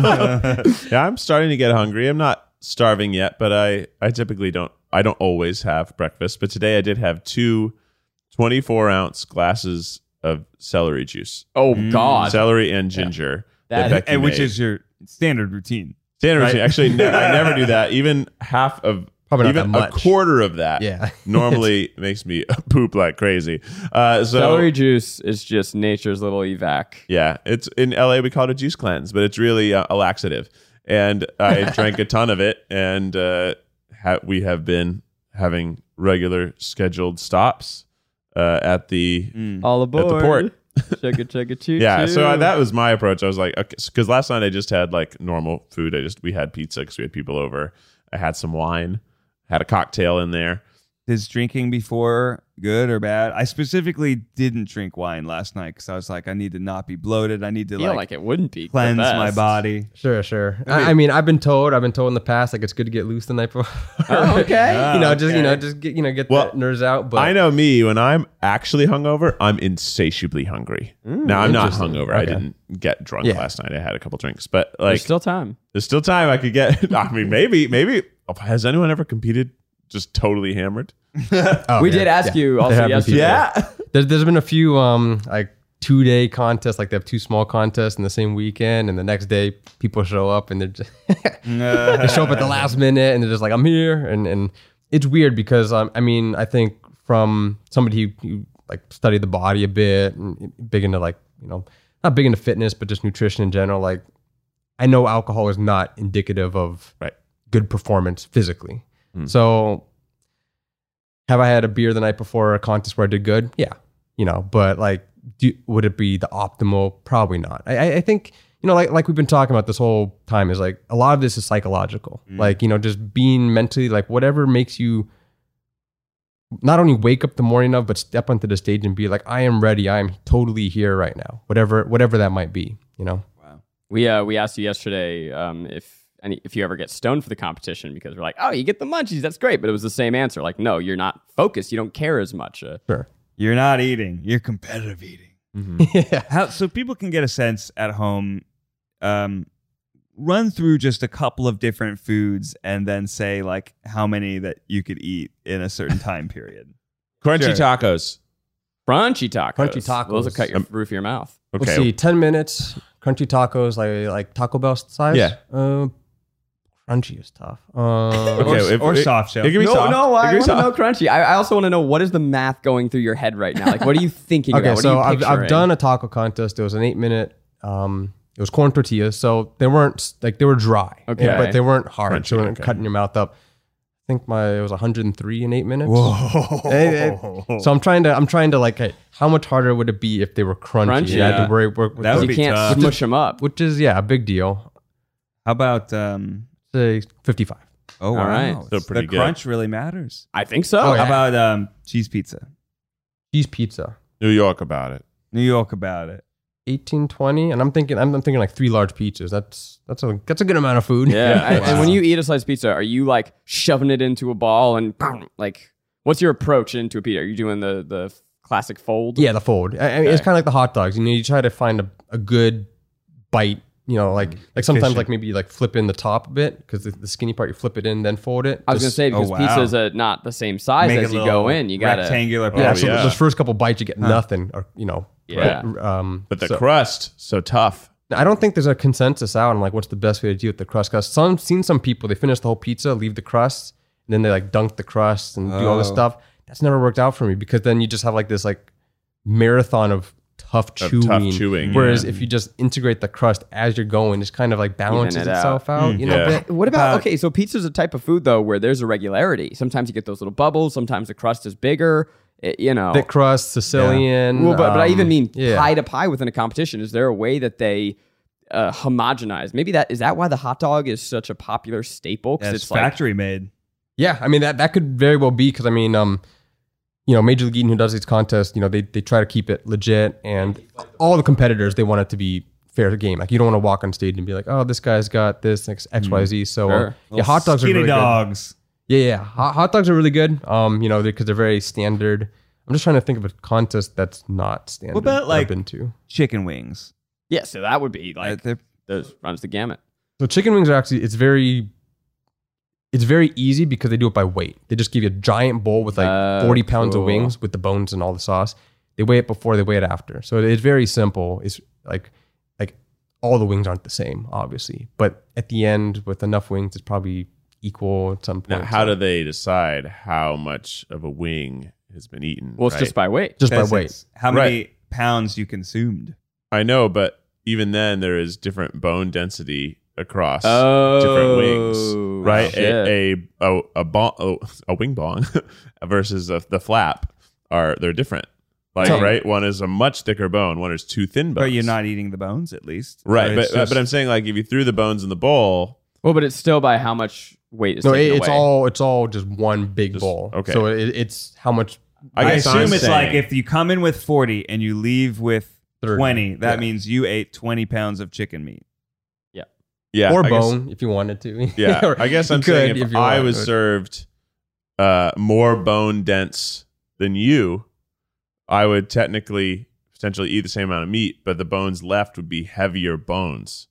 Yeah, I'm starting to get hungry. I'm not starving yet, but I I typically don't I don't always have breakfast, but today I did have two 24 ounce glasses of celery juice, Mm,
Oh God.
celery and ginger.
That-
Becky
and which
made.
is your standard routine.
standard
right?
routine. Actually, no, I never do that. Even half of
Probably not
even
that
a
much.
quarter of that.
Yeah.
normally makes me poop like crazy. Uh, so
Celery juice is just nature's little evac.
Yeah, it's in LA we call it a juice cleanse, but it's really uh, a laxative. And I drank a ton of it, and uh, ha- we have been having regular scheduled stops uh, at the
All aboard.
port.
Check it, check it, choo
yeah. So I,
choo.
that was my approach. I was like, okay, because last night I just had like normal food. I just we had pizza because we had people over. I had some wine, had a cocktail in there.
Is drinking before good or bad? I specifically didn't drink wine last night because I was like, I need to not be bloated. I need to
feel
like,
like, it wouldn't be the
cleanse my
best.
body.
Sure, sure. I, I mean, I've been told, I've been told in the past, like it's good to get loose the night before.
Oh, okay.
you know,
Ah,
just you
okay.
know, just get you know, get
Well,
that nerves out. But
I know me when I'm actually hungover, I'm insatiably hungry. now I'm not
interesting.
hungover. I
Okay.
didn't get drunk
Yeah.
last night. I had a couple drinks, but like
There's still time.
there's still time I could get. I mean, maybe, maybe has anyone ever competed just totally hammered?
Oh,
we
yeah,
did ask
yeah.
you
There
also
have been
yesterday.
people. There's, there's been a few um like two day contests, like they have two small contests in the same weekend, and the next day people show up and they're just they show up at the last minute and they're just like, I'm here, and and it's weird because um, I mean, I think from somebody who, who like studied the body a bit and big into like you know not big into fitness but just nutrition in general, like I know alcohol is not indicative of
Right.
good performance physically, so have I had a beer the night before a contest where I did good? Yeah, you know, but like, do, would it be the optimal? Probably not. I, I- I think you know, like like we've been talking about this whole time is like a lot of this is psychological.
Mm.
Like you know, just being mentally like whatever makes you not only wake up the morning of, but step onto the stage and be like, I am ready. I am totally here right now. Whatever whatever that might be, you know.
We uh, we asked you yesterday um, if any, if you ever get stoned for the competition because we're like, oh, you get the munchies, that's great, but it was the same answer. Like, no, you're not focused. You don't care as much. Uh,
Sure.
You're not eating. You're competitive eating.
yeah.
How so people can get a sense at home. Um, run through just a couple of different foods and then say like how many that you could eat in a certain time period.
Crunchy tacos.
crunchy tacos.
Crunchy tacos.
Those will cut your roof of your mouth.
Okay,
Let's see, ten minutes. Crunchy tacos, like like Taco Bell size.
Yeah.
Uh, crunchy is tough. Uh,
Okay,
or,
if-
or
it-
soft shell.
it can be
no,
soft.
Oh, no,
It
I
can be
want to
soft.
know crunchy. I, I also want to know what is the math going through your head right now. Like, what are you thinking
okay,
about? What
so
are you
I've, I've
picturing?
done a taco contest. It was an eight minute. Um, it was corn tortillas, so they weren't like they were dry.
Okay.
but they weren't hard. so
Crunchy,
they weren't
okay.
cutting your mouth up. I think my it was 103 in eight minutes.
Oh.
Whoa.
Eh, eh, so I'm trying to I'm trying to like hey, how much harder would it be if they were crunchy?
Crunchy,
I had
yeah.
to worry, work with
That
those,
would
you
be
can't
tough.
smush them up.
which is yeah a big deal.
How about um?
Say 55.
Oh,
All
wow.
right.
So pretty
the
good.
crunch really matters.
I think so.
Oh,
How
yeah.
about um cheese pizza?
Cheese pizza.
New York about it.
New York about it.
18 20 and i'm thinking i'm, I'm thinking like three large pizzas that's that's a that's a good amount of food
Yeah. I-
Wow.
And when you eat a slice of pizza, are you like shoving it into a ball and boom, like what's your approach into a pizza? Are you doing the the classic fold?
yeah the fold I, I mean, it's kind of like the hot dogs you know you try to find a, a good bite you know like
Mm-hmm.
like sometimes
Efficient.
like maybe you like flip in the top a bit because the, the skinny part you flip it in then fold it
I was gonna
Just-
say
oh,
because
wow.
pizza's uh not the same size
Make
as
a
you
little
go in. You gotta Oh,
rectangular.
yeah,
part.
so
yeah.
those first couple bites you get nothing or you know
Yeah.
but, um
But the
so-
crust, so tough.
I don't think there's a consensus out on like what's the best way to deal with the crust. Cause some seen some people they finish the whole pizza, leave the crust, and then they like dunk the crust and do all this
Oh.
stuff. That's never worked out for me because then you just have like this like marathon of tough
Of
chewing.
tough chewing,
Whereas
yeah.
if you just integrate the crust as you're going, it's kind of like balances
it out.
itself out. you know,
Mm, yeah.
but-
What about
About-
okay? So pizza's a type of food though where there's a regularity. Sometimes you get those little bubbles. Sometimes the crust is bigger. it- you know,
thick crust, Sicilian.
Well, but, but I
um,
even mean
yeah.
pie to pie within a competition. Is there a way that they uh, homogenize? Maybe that is that why the hot dog is such a popular staple
Yeah,
because
it's
it's like
factory made.
Yeah, I mean that that could very well be because I mean, um, you know, Major League Eating who does these contests, you know, they they try to keep it legit, and all the competitors they want it to be fair game. Like you don't want to walk on stage and be like, oh, this guy's got this X X, Y, Z. So um,
Sure.
yeah, hot dogs are
Skinny
really good.
dogs.
Yeah, yeah. Hot, hot dogs are really good. Um, you know, because they're very standard. I'm just trying to think of a contest that's not standard.
about,
that
like-
I've been to?
Chicken wings.
Yeah, so that would be
Uh,
like
they're-
those runs the gamut.
So chicken wings are actually it's very it's very easy because they do it by weight. They just give you a giant bowl with like
Ah,
Oh,
40 pounds
cool.
of wings with the bones and all the sauce. They weigh it before, they weigh it after. So it's very simple. It's like like all the wings aren't the same, obviously. But at the end, with enough wings, it's probably equal at some point.
Now, how do they decide how much of a wing has been eaten?
Well, it's
right?
just by weight.
just by
that's
weight.
it's How many pounds you consumed?
I know, but even then, there is different bone density across
Oh,
different wings, right?
shit.
A, a a a bong, oh, a wing bong versus a, the flap are they're different, like
Totally.
right? One is a much thicker bone, one is two thin bones.
But you're not eating the bones, at least.
right,
Or
but
it's just-
but I'm saying like if you threw the bones in the bowl,
well, but it's still by how much weight is
No,
taken
it, it's
away.
all it's all just one big bowl.
okay.
So it, it's how much
I,
I
guess I'm
assume it's
saying-
like if you come in with 40 and you leave with
30.
20, that
Yeah.
means you ate 20 pounds of chicken meat.
yeah,
or
I guess-
bone if you wanted to.
Yeah,
Or
I guess
you
I'm
could
saying if,
you
I
want,
was
but-
served uh, more bone dense than you, I would technically potentially eat the same amount of meat, but the bones left would be heavier bones.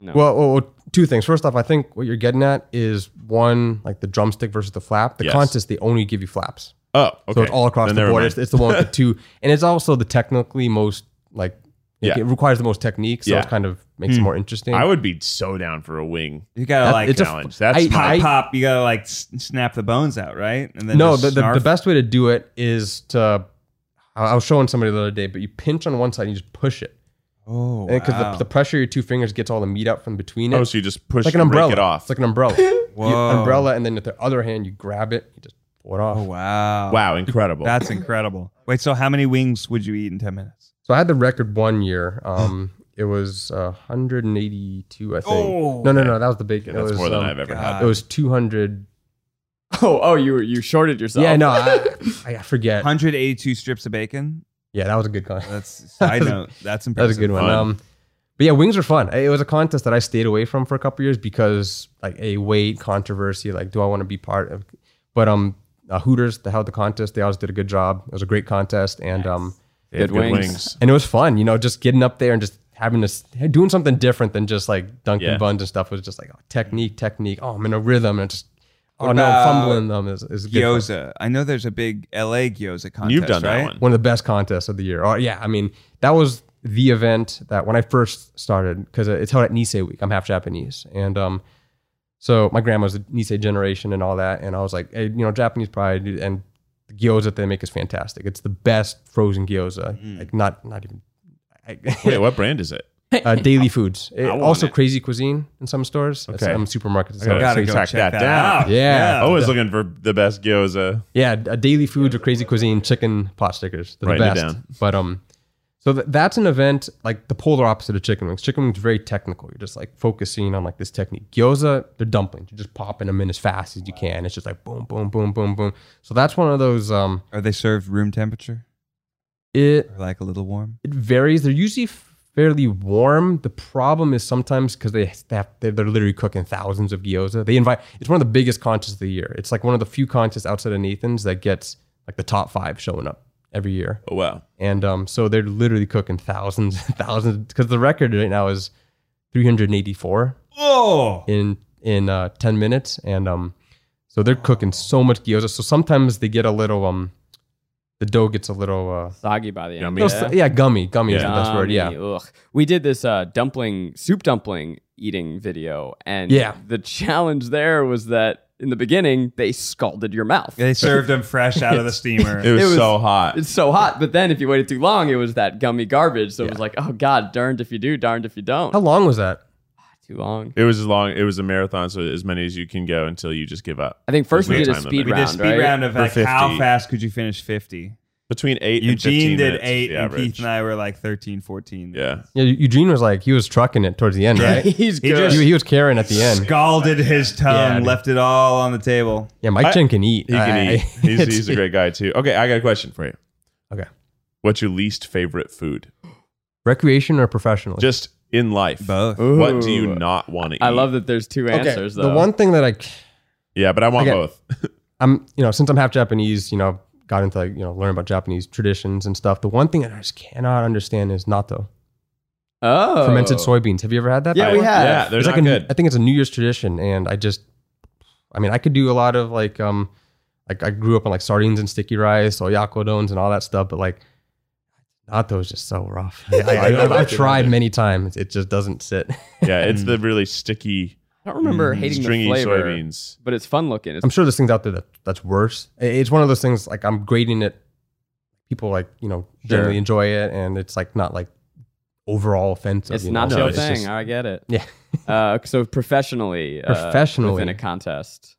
No.
Well, well, well, two things. First off, I think what you're getting at is one, like the drumstick versus the flap. The
Yes.
contest, they only give you flaps.
Oh, okay.
So it's all across
Then
the
never
board.
mind.
It's, it's the one with the two. And it's also the technically most, like,
Yeah.
it requires the most technique. So
Yeah. Hmm.
it kind of makes it more interesting.
I would be so down for a wing
You gotta
That-
like uh,
it's a-
challenge. That's my,
I-
pop,
I-
pop. You gotta like s- snap the bones out, right? And then
no,
just
the, the, the
snarf.
best way to do it is to, I I was showing somebody the other day, but you pinch on one side and you just push it.
Oh,
Because
wow.
the, the pressure of your two fingers gets all the meat out from between it.
oh, so you just push
it's like an
and break
umbrella.
it off.
It's like an umbrella. You-
Whoa.
umbrella, and then with the other hand, you grab it, you just pull it off.
oh wow,
wow, incredible.
that's incredible. Wait, so how many wings would you eat in ten minutes?
So I had the record one year. Um, it was uh, 182, I think.
Oh.
no, no, no, that was the big.
Okay,
it
that's
was,
more than
um,
I've ever
God.
had.
It was 200.
oh, oh, you you shorted yourself.
Yeah, no, I, I
One
forget.
hundred eighty-two strips of bacon.
Yeah, that was a good con.
That's I know that's
That was
impressive.
a good one.
Fun.
Um, but yeah, wings are fun. It was a contest that I stayed away from for a couple years because like a weight controversy. Like, do I want to be part of? But um, uh, Hooters that held the contest, they always did a good job. It was a great contest, and um,
They have
Good wings.
and it was fun. You know, just getting up there and just having this doing something different than just like dunking
Yeah.
buns and stuff was just like oh, technique, technique. Oh, I'm in a rhythm and just oh
What
no,
about
I'm fumbling them is, is good. fun.
Gyoza. I know there's a big LA gyoza contest.
You've done that
right?
one.
One of the best contests of the year. Oh yeah, I mean that was the event that when I first started because it's held at Nisei Week. I'm half Japanese and um. So my grandma's a Nisei generation and all that, and I was like, hey, you know, Japanese pride and the gyoza that they make is fantastic. It's the best frozen gyoza,
Mm.
like not not even.
Wait, what brand is it?
uh, daily foods. It-
want
also,
it.
Crazy Cuisine in some stores,
Okay.
some supermarkets. and
I gotta
Gotta
So
stuff.
go
track
check that,
that down.
out.
Yeah.
Always looking for the best gyoza.
Yeah, d- uh, Daily Foods or Crazy Cuisine chicken pot stickers. They're the
Writing it
best.
down.
But um, so th- that's an event like the polar opposite of chicken wings. Chicken wings are very technical. You're just like focusing on like this technique. Gyoza, they're dumplings. You're just popping them in as fast as you can. It's just like boom, boom, boom, boom, boom. So that's one of those. Um,
Are they served room temperature
it
or like a little warm?
it varies. They're usually fairly warm. The problem is sometimes because they they have, they're, they're literally cooking thousands of gyoza. They invite. It's one of the biggest contests of the year. It's like one of the few contests outside of Nathan's that gets like the top five showing up every year.
Oh wow,
And um, so they're literally cooking thousands, and thousands. Because the record right now is 384
Oh,
in in uh, 10 minutes and um so they're cooking so much gyoza so sometimes they get a little um the dough gets a little uh
soggy by the end.
Yummy.
no, so- yeah gummy gummy is the
Yeah.
best word yeah
Yummy. Ugh. We did this uh, dumpling, soup dumpling eating video. And
Yeah.
the challenge there was that in the beginning, they scalded your mouth.
they served them fresh out of the steamer.
it was,
It was-
so hot.
It's so hot. But then if you waited too long, it was that gummy garbage. So it was like, oh, God, darned if you do, darned if you don't.
How long was that?
Too long.
It was as long. It was a marathon, so as many as you can go until you just give up.
I think first we
There's
did
no
a
time limit.
speed
we
round.
did speed
right?
round of
For
like how
50.
fast could you finish 50?
Between eight. and 15
Eugene did
minutes is
eight,
the
and Keith
average.
and I were like 13, 14.
Yeah.
Yeah, E- Eugene was like he was trucking it towards the end, right? he,
He's
He
good.
just-
he was carrying at the end.
Scalded his
Yeah,
tongue,
dude.
left it all on the table.
Yeah, Mike
I-
Chen can eat.
He can
I-
eat. He's,
it's-
he's a great guy too. Okay, I got a question for you.
Okay,
What's your least favorite food?
recreation or professional?
Just in life.
Both.
What do
Ooh.
you not want to eat?
I love that there's two
okay.
answers,
the
though.
one thing that I
Yeah, but I want
Again-
both.
I'm you know since I'm half Japanese, you know, got into like you know learning about Japanese traditions and stuff. The one thing that I just cannot understand is natto,
Oh,
fermented soybeans. Have you ever had that?
Yeah, we
before?
have.
Yeah, they're
It's
not
like a-
good.
I think it's a New Year's tradition, and I just, I mean, I could do a lot of like um, like I grew up on like sardines and sticky rice, oyakodons, and all that stuff, but like. Natto is just so rough. I,
I don't like
have
it
tried
either.
many times. It just doesn't sit.
yeah, it's
Mm.
the really sticky,
I don't remember hating
Mm, stringy
the flavor,
soybeans.
but it's fun looking. It's
I'm sure there's things out there that that's worse. I- It's one of those things like I'm grading it. People like you know generally
Sure.
enjoy it, and it's like not like overall offensive.
it's
you
not
know?
No,
your
it's
thing.
just-
I get it.
Yeah.
Uh, so professionally, uh,
Professionally.
within a contest.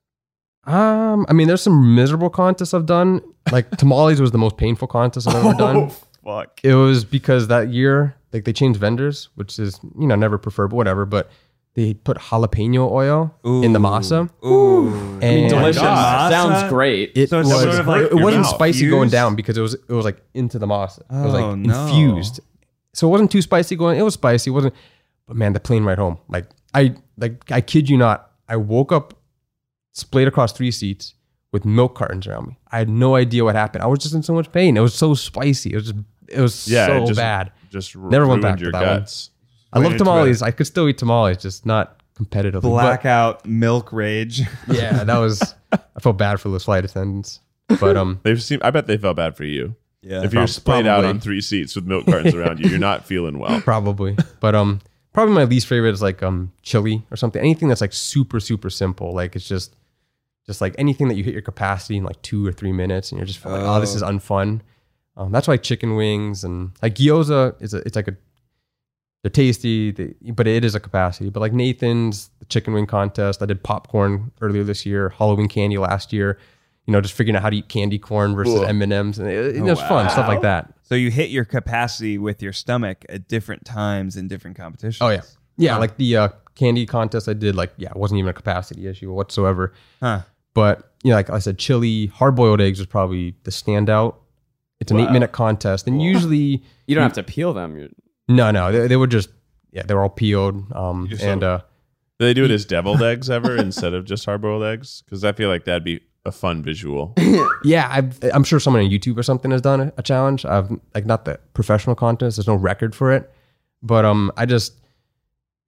um, I mean, there's some miserable contests I've done. Like tamales was the most painful contest I've ever done.
fuck.
It was because that year like they changed vendors, which is you know never preferable, whatever. But they put jalapeno oil in the masa.
Ooh.
And
Delicious.
God.
Sounds
Masa?
great.
It
So it's
was.
sort of like
it
your
wasn't
mouth
spicy going
fused?
down because it was. It was like into the masa. It was
Oh,
like
no.
infused. So it wasn't too spicy going. It was spicy. It wasn't. But man, the plane ride home. Like I like I kid you not. I woke up, splayed across three seats with milk cartons around me. I had no idea what happened. I was just in so much pain. It was so spicy. It was just. It was
Yeah,
so
it just-
bad.
Just
Never
ruined
went back to
your
that one.
guts.
I love
it's
tamales. I could still eat tamales, just not competitively. But-
Blackout milk rage.
yeah, that was. I felt bad for those flight attendants, but um.
They've seen. I bet they felt bad for you.
Yeah.
if you're splayed out
probably.
on three seats with milk cartons around you, you're not feeling well.
probably but um probably my least favorite is like um chili or something anything that's like super super simple like it's just just like anything that you hit your capacity in like two or three minutes and you're just like oh this is unfun um, that's why chicken wings and like gyoza is a, it's like a they're tasty they, but it is a capacity but like nathan's the chicken wing contest i did popcorn earlier this year halloween candy last year you know just figuring out how to eat candy corn versus
Cool.
m&ms and it, it
Oh,
was fun stuff like that
So you hit your capacity with your stomach at different times in different competitions.
Oh yeah, yeah. Like the uh, candy contest I did, like yeah, it wasn't even a capacity issue whatsoever.
Huh.
But you know, like I said, chili, hard boiled eggs was probably the standout. It's an eight minute contest, and usually
You don't have to peel them. You're,
no, no, they, they were just yeah, they were all peeled. Um, and uh,
Do they do it as deviled eggs ever instead of just hard boiled eggs? Because I feel like that'd be a fun visual.
yeah, I've, I'm sure someone on YouTube or something has done a, a challenge. I've like not the professional contest. There's no record for it, but um, I just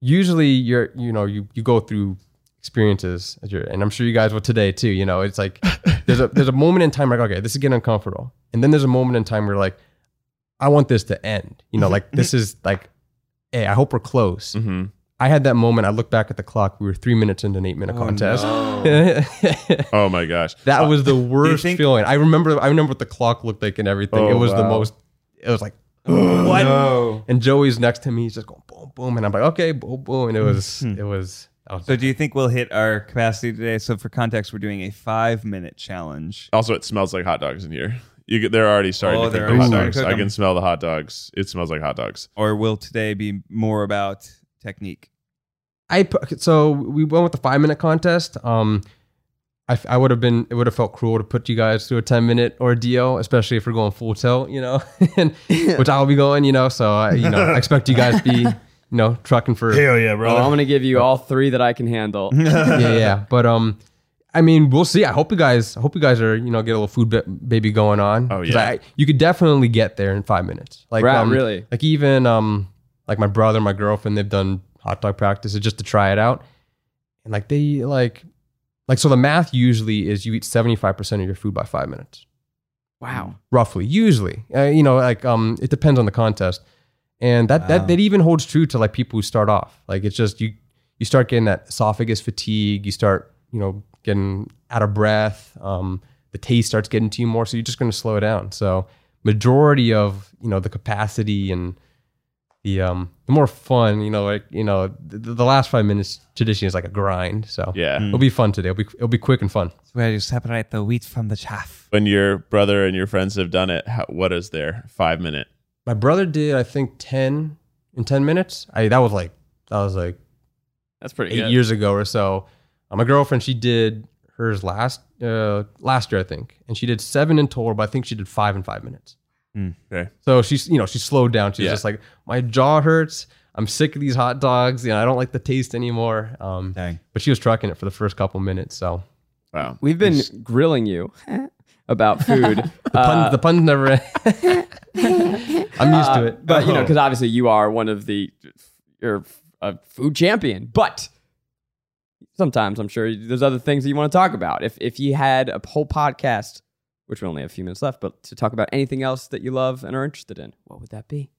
usually you're you know you you go through experiences as you're, and I'm sure you guys will today too. You know, it's like there's a there's a moment in time like okay, this is getting uncomfortable, and then there's a moment in time where like I want this to end. You know, like this is like hey, I hope we're close.
hmm
I had that moment. I looked back at the clock. We were three minutes into an eight minute
Oh,
contest.
Oh my gosh.
That was the worst
think-
feeling. I remember. I remember what the clock looked like and everything.
Oh,
it was the
wow.
most. It was like,
What?
and Joey's next to me. He's just going boom, boom, and I'm like, okay, boom, boom, and it was, it was. I was
So do you think we'll hit our capacity today? So for context, we're doing a five minute challenge.
Also, it smells like hot dogs in here. You get, they're already starting
Oh,
to
they're
cook the hot
already starting
dogs.
to cook
I can
them.
smell the hot dogs. It smells like hot dogs.
Or will today be more about technique?
I pu- so we went with the five minute contest. Um, I, f- I would have been it would have felt cruel to put you guys through a ten minute ordeal, especially if we're going full tilt, you know, and which I'll be going, you know. So I, you know, I expect you guys to be, you know, trucking for
yeah,
well, I'm gonna give you all three that I can handle.
yeah, yeah. But um, I mean, we'll see. I hope you guys, I hope you guys are, you know, get a little food ba- baby going on.
Oh,
'Cause
yeah.
I, you could definitely get there in five minutes. Like,
Right,
um,
really.
Like even um, like my brother, my girlfriend, they've done hot dog practices just to try it out, and like they like, like so the math usually is you eat seventy five percent of your food by five minutes
Wow.
roughly usually uh, you know like um it depends on the contest and that,
Wow.
that that even holds true to like people who start off like it's just you you start getting that esophagus fatigue you start you know getting out of breath um the taste starts getting to you more so you're just going to slow down so majority of you know the capacity and the um the more fun you know like you know the, the last five minutes tradition is like a grind so
Yeah.
it'll be fun today it'll be it'll be quick and fun
It's where you separate the wheat from the chaff.
When your brother and your friends have done it, how, what is their five minute?
My brother did, I think, ten in ten minutes. I that was like that was like
That's pretty
eight
good.
years ago or so. Uh, my girlfriend, she did hers last uh, last year, I think, and she did seven in total. But I think she did five in five minutes.
Okay.
So she's you know she slowed down. She was
Yeah.
just like, my jaw hurts. I'm sick of these hot dogs. You know, I don't like the taste anymore. Um,
Dang.
but she was trucking it for the first couple minutes. So
Wow.
We've been grilling you about food.
Pun,
uh,
the pun's never. I'm used to it.
but you know,
Oh.
because obviously you are one of the you're a food champion. But sometimes I'm sure there's other things that you want to talk about. If if you had a whole podcast, which we only have a few minutes left, but to talk about anything else that you love and are interested in, what would that be?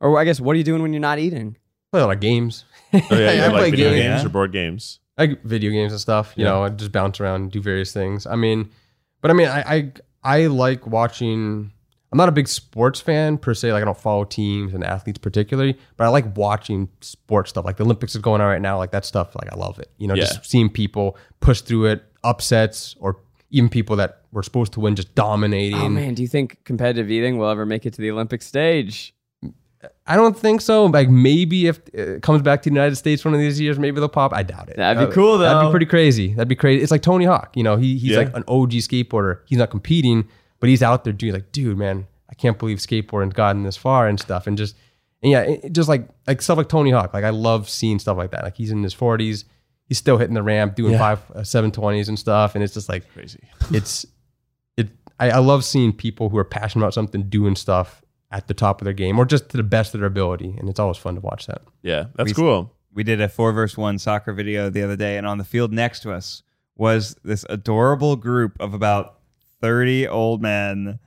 Or I guess what are you doing when you're not eating?
play a lot of games.
Oh, yeah, you
I
like
play
video
games.
games,
yeah.
or board games.
like video games and stuff. You know, I just bounce around, do various things. I mean, but I mean, I, I I like watching. I'm not a big sports fan per se. Like I don't follow teams and athletes particularly, but I like watching sports stuff. Like the Olympics is going on right now. Like that stuff. Like I love it. You know,
Yeah.
just seeing people push through it, upsets, or even people that were supposed to win just dominating.
Oh man, do you think competitive eating will ever make it to the Olympic stage?
I don't think so. Like maybe if it comes back to the United States one of these years, maybe they'll pop. I doubt it.
That'd be
Uh,
cool,
That'd
though.
be pretty crazy. That'd be crazy. It's like Tony Hawk. You know, he he's
Yeah.
like an OG skateboarder. He's not competing, but he's out there doing like, dude, man, I can't believe skateboarding's gotten this far and stuff. And just and yeah, it, it just like like stuff like Tony Hawk. Like I love seeing stuff like that. Like he's in his forties, he's still hitting the ramp, doing five uh, seven twenties and stuff. And it's just like
Crazy.
it's it I, I love seeing people who are passionate about something doing stuff at the top of their game or just to the best of their ability and it's always fun to watch that
Yeah, that's
We-
cool.
we did a four verse one soccer video the other day, and on the field next to us was this adorable group of about 30 old men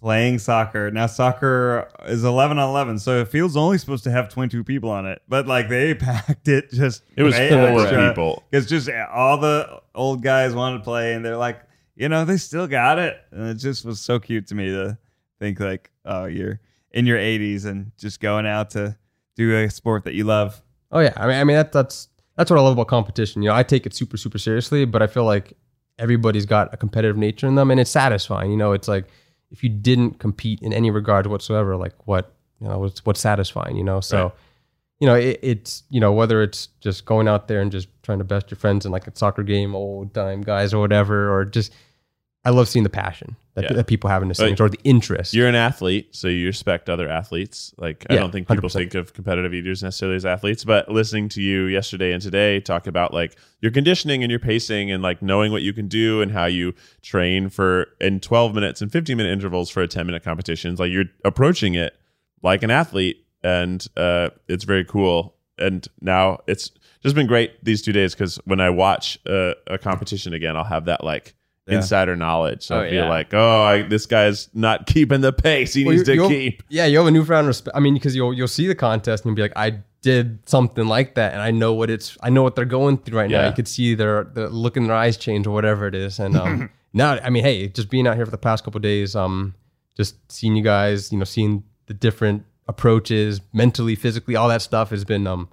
playing soccer. Now, soccer is 11 on 11, so the field's only supposed to have 22 people on it, but like they packed it just.
It was
way
full of
extra.
people.
It's just all the old guys wanted to play, and they're like, you know, they still got it, and it just was so cute to me to think like, oh, you're in your 80s and just going out to do a sport that you love.
oh yeah i mean i mean that, that's that's what i love about competition you know i take it super super seriously but i feel like everybody's got a competitive nature in them and it's satisfying you know it's like if you didn't compete in any regard whatsoever like what you know what's what's satisfying you know so
Right.
you know it, it's you know whether it's just going out there and just trying to best your friends in like a soccer game old time guys or whatever or just I love seeing the passion that,
Yeah.
that people have in the
Like,
things or the interest.
You're an athlete, so you respect other athletes. Like I
Yeah,
don't think people
100%.
think of competitive eaters necessarily as athletes, but listening to you yesterday and today talk about like your conditioning and your pacing and like knowing what you can do and how you train for in 12 minutes and 15 minute intervals for a 10 minute competition. It's like you're approaching it like an athlete and uh, it's very cool and now it's just been great these two days because when i watch a, a competition again i'll have that like insider knowledge so
Oh,
i feel
yeah.
like oh I, this guy's not keeping the pace he
Well,
needs to
you- you'll-
keep
Yeah, you have a newfound respect. I mean, because you'll you'll see the contest and you'll be like, I did something like that, and I know what it's, I know what they're going through right now.
Yeah.
You could see their the look in their eyes change or whatever it is. And um, now, I mean, hey, just being out here for the past couple of days, um, just seeing you guys, you know, seeing the different approaches, mentally, physically, all that stuff has been um,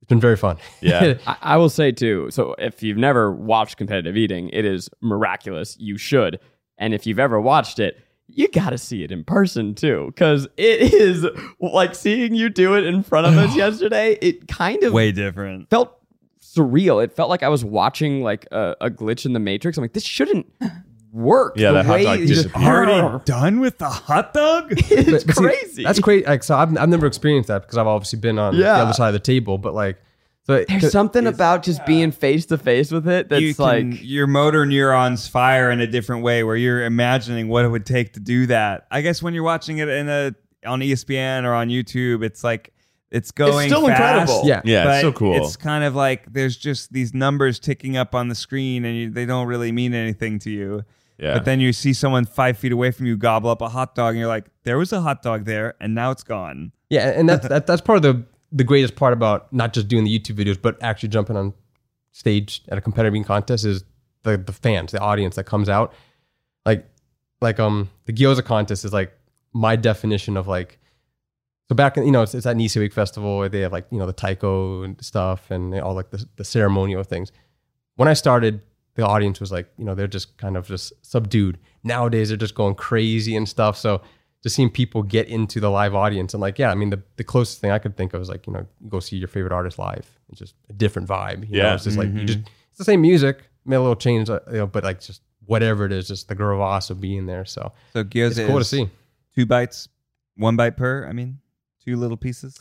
it's been very fun.
Yeah.
I, I will say too. So if you've never watched competitive eating, it is miraculous. You should. And if you've ever watched it, you got to see it in person too, because it is like seeing you do it in front of us yesterday. It kind of
way different.
felt surreal. It felt like I was watching like a, a glitch in the Matrix. I'm like, this shouldn't work.
Yeah,
the
that hot
way
dog
it just-
disappeared.
Already done with the hot dog?
It's
But- but see,
crazy.
that's crazy. Like, so I've, I've never experienced that because I've obviously been on
Yeah.
the other side of the table, but like, so it-
There's something about just being face to face with it that's
you can-
like
your motor neurons fire in a different way where you're imagining what it would take to do that. I guess when you're watching it in a on E ESPN or on YouTube, it's like it's going
still
fast,
incredible.
Yeah.
yeah it's so
but
cool
It's kind of like there's just these numbers ticking up on the screen and you, they don't really mean anything to you.
yeah
But then you see someone five feet away from you gobble up a hot dog and you're like, there was a hot dog there and now it's gone.
Yeah, and that's that, that's part of the the greatest part about not just doing the YouTube videos, but actually jumping on stage at a competitive eating contest is the the fans, the audience that comes out. Like, like um, the gyoza contest is like my definition of like. So back in you know it's, it's at Nisei Week Festival where they have like you know the taiko and stuff and all like the, the ceremonial things. When I started, the audience was like you know they're just kind of just subdued. Nowadays they're just going crazy and stuff. So just seeing people get into the live audience and like yeah i mean the, the closest thing i could think of is like you know go see your favorite artist live it's just a different vibe you know?
Yeah.
it's just
Mm-hmm.
like you just it's the same music made a little change uh, you know but like just whatever it is just the gravas of being there so
So gyoza
it's cool to
is
see
two bites, one bite per, I mean, two little pieces.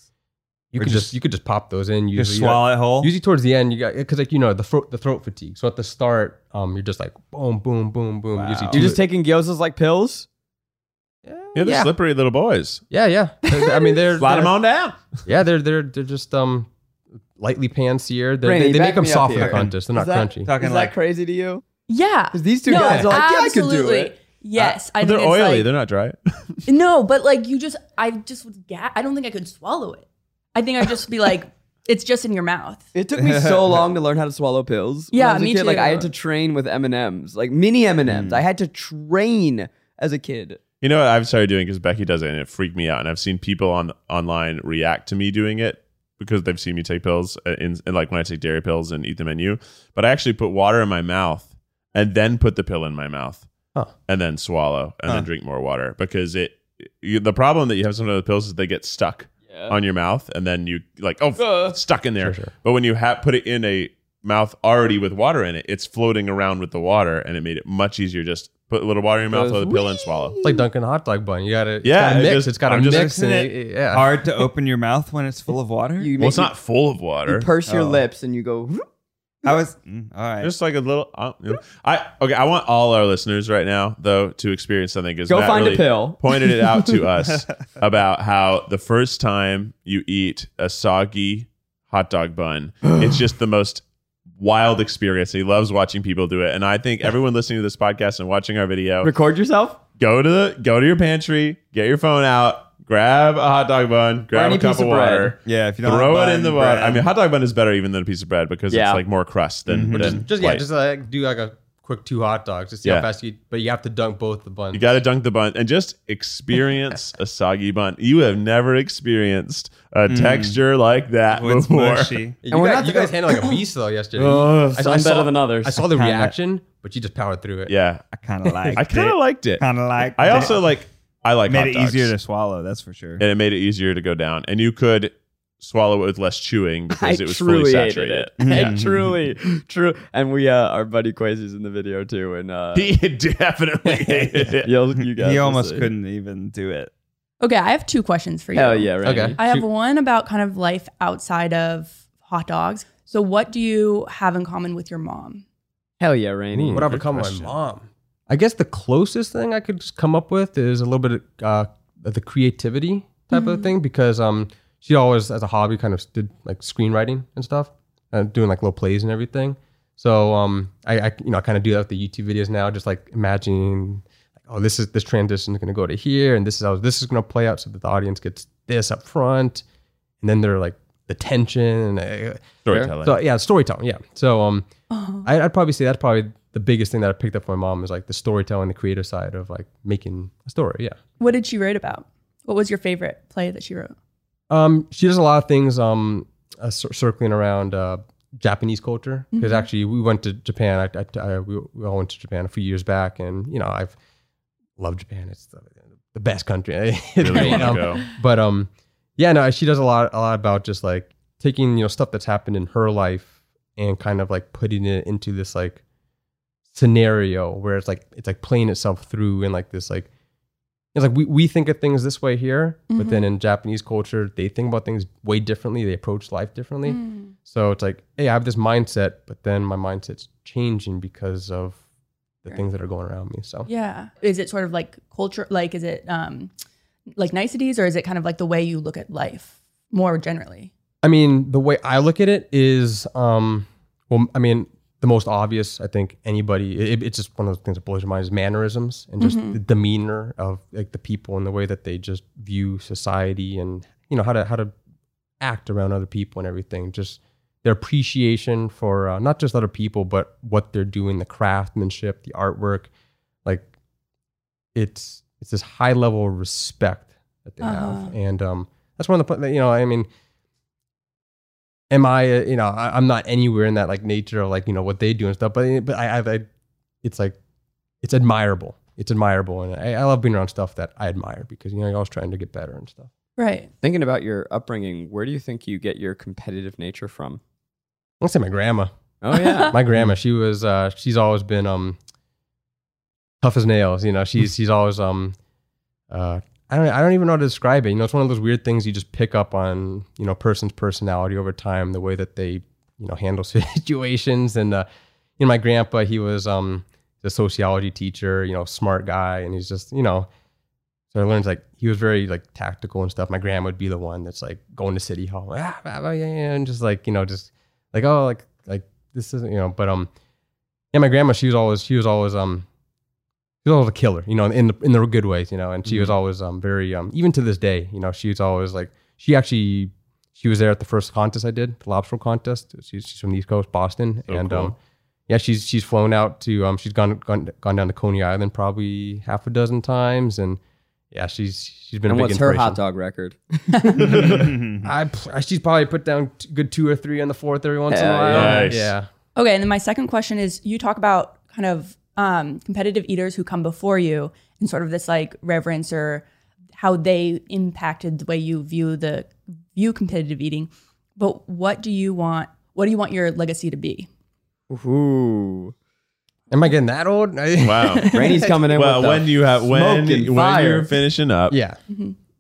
You
Or
could just,
just-
you could just pop those in. Usually,
Just swallow it whole.
Usually towards the end, you got because like you know the throat the throat fatigue. So at the start, um, you're just like boom, boom, boom, boom. Usually
You're
two-
just taking gyozas like pills?
Yeah, they're
yeah.
slippery little boys.
yeah, yeah. They're- I mean, they're,
Slide
they're-
them on down.
Yeah, they're they're they're just um lightly pansier. They're,
Randy,
they they
back
make them
me up
soft for the
here.
contest. They're not
Is that-
crunchy.
Talking
Is that
like
crazy to you?
Yeah.
'Cause these two guys are like, yeah, I could do it. Uh,
Yes, I think
But they're
it's
oily.
like-
they're not dry.
No, but like you just, I just would ga- I don't think I could swallow it. I think I'd just be like, it's just in your mouth.
It took me so long to learn how to swallow pills. When
Yeah,
I was a
me
kid, Like
too.
I had to train with M and M's, like mini M and
Mm.
M's. I had to train as a kid.
You know what I've started doing because Becky does it and it freaked me out. And I've seen people on online react to me doing it because they've seen me take pills uh, in, and like when I take dairy pills and eat the menu. But I actually put water in my mouth and then put the pill in my mouth
Huh.
and then swallow and then
Huh.
drink more water because it. You, the problem that you have some of the pills is they get stuck
Yeah.
on your mouth and then you like oh f-
Uh.
it's stuck in there.
Sure, sure.
But when you ha- put it in a mouth already with water in it, it's floating around with the water and it made it much easier just put a little water in your mouth,
Goes
throw the pill and swallow.
It's like dunking a hot dog bun. You gotta it's
Yeah,
gotta
it
mix.
just-
it's gotta
I'm just
mix. And
mixing
it, yeah,
hard to open your mouth when it's full of water.
You
Well,
make-
it's not full of
you
water.
purse your
Oh.
lips and you go.
I was mm, all right.
Just like a little. uh, you know. I okay. I want all our listeners right now though to experience something because
Go
Matt
find a
really
pill.
Pointed it out to us about how the first time you eat a soggy hot dog bun, it's just the most wild experience. He loves watching people do it, and I think everyone listening to this podcast and watching our video,
Record yourself.
go to the go to your pantry, get your phone out, grab a hot dog bun, grab
any
a cup
piece
of
of bread.
water.
yeah, if you don't
Throw
have
it in
bun,
the water.
bread.
I mean, hot dog bun is better even than a piece of bread because
Yeah.
it's like more crust than,
Mhm.
than
just yeah,
light.
just like do like a quick two hot dogs to see
Yeah.
how fast you. eat, But you have to dunk both the buns.
You got to dunk the bun and just experience a soggy bun. You have never experienced a texture like that
Oh, it's
before.
mushy.
You
And we're
got-
not
you
the-
guys handled like a beast though yesterday.
Oh,
I- I
Some better
saw-
than others.
I saw the
Kinda.
reaction, but you just powered through it.
Yeah,
I kind of like.
I kind of liked it.
Kind of like.
I also like. I like
made it
hot dogs.
easier to swallow. That's for sure.
and it made it easier to go down, and you could swallow it with less chewing because
I
it was
truly
fully
hated
saturated. Mm.
it. I truly, true. And we, uh, our buddy Quasi's in the video too, and uh,
He definitely hated it.
you'll, you guys
he
will
almost
see.
couldn't even do it.
Okay, I have two questions for you.
Hell yeah, Randy.
Okay.
I have
Shoot.
one about kind of life outside of hot dogs. So, what do you have in common with your mom?
Hell yeah, Randy.
What I've become my mom. I guess the closest thing I could just come up with is a little bit of, uh, the creativity type of thing because um she always as a hobby kind of did like screenwriting and stuff and doing like little plays and everything. So um I, I you know I kind of do that with the YouTube videos now, just like imagining like oh this is this transition is going to go to here and this is how this is going to play out so that the audience gets this up front and then they're like the tension and uh,
Storytelling.
so yeah, storytelling. Yeah. So um, I, I'd probably say that's probably the biggest thing that I picked up from my mom is like the storytelling, the creative side of like making a story. Yeah.
What did she write about? What was your favorite play that she wrote?
Um, she does a lot of things um, uh, cir- circling around uh, Japanese culture because actually we went to Japan. I, I, I, we, we all went to Japan a few years back, and you know I've loved Japan. It's the, the best country.
Really wanna
Um,
go.
But um, yeah, no, she does a lot, a lot about just like taking you know stuff that's happened in her life and kind of like putting it into this like scenario where it's like it's like playing itself through in like this like it's like we, we think of things this way here, but then in Japanese culture, they think about things way differently. They approach life differently.
Mm.
So it's like, hey, I have this mindset, but then my mindset's changing because of the
Right.
things that are going around me. So
Yeah. Is it sort of like culture? Like, is it um, like niceties, or is it kind of like the way you look at life more generally?
I mean, the way I look at it is, um, well, I mean, the most obvious, I think, anybody, it, it's just one of those things that blows your mind is mannerisms and just the demeanor of like the people and the way that they just view society and you know how to how to act around other people and everything. Just their appreciation for uh, not just other people, but what they're doing, the craftsmanship, the artwork, like it's it's this high level of respect that they
Uh-huh.
have, and um, that's one of the pla- you know I mean am I, uh, you know, I, I'm not anywhere in that like nature of like, you know, what they do and stuff, but, but I, I, I it's like, it's admirable. It's admirable. And I, I love being around stuff that I admire because, you know, you're always trying to get better and stuff.
Right.
Thinking about your upbringing, where do you think you get your competitive nature from?
I'll say my grandma,
Oh yeah,
my grandma, she was, uh, she's always been, um, tough as nails. You know, she's, she's always, um, uh, I I don't I don't even know how to describe it. You know, it's one of those weird things you just pick up on, you know, person's personality over time, the way that they, you know, handle situations. And uh, you know, my grandpa, he was um a sociology teacher, you know, smart guy, and he's just, you know, so I learned like he was very like tactical and stuff. My grandma would be the one that's like going to city hall, like, ah, blah, blah, yeah, yeah, and just like you know, just like oh, like like this isn't you know. But um, yeah, my grandma she was always she was always um, she was always a killer, you know, in the in the good ways, you know. And she was always um very um even to this day, you know, she was always like she actually she was there at the first contest I did, the lobster contest. She's, she's from the East Coast, Boston, and um. Yeah, she's she's flown out to um she's gone gone gone down to Coney Island probably half a dozen times and yeah she's she's been a
And what's
big
her
inspiration.
hot dog record?
I, I she's probably put down t- good two or three on the fourth every once in a
Hell
while.
yeah. Nice.
Yeah,
Okay, and then my second question is you talk about kind of um, competitive eaters who come before you and sort of this like reverence or how they impacted the way you view the view competitive eating. But what do you want what do you want your legacy to be?
Ooh.
am I getting that old?
Wow.
Rainy's coming in.
well,
with the
when you have when
smoke and
when
fire.
you're finishing up,
yeah,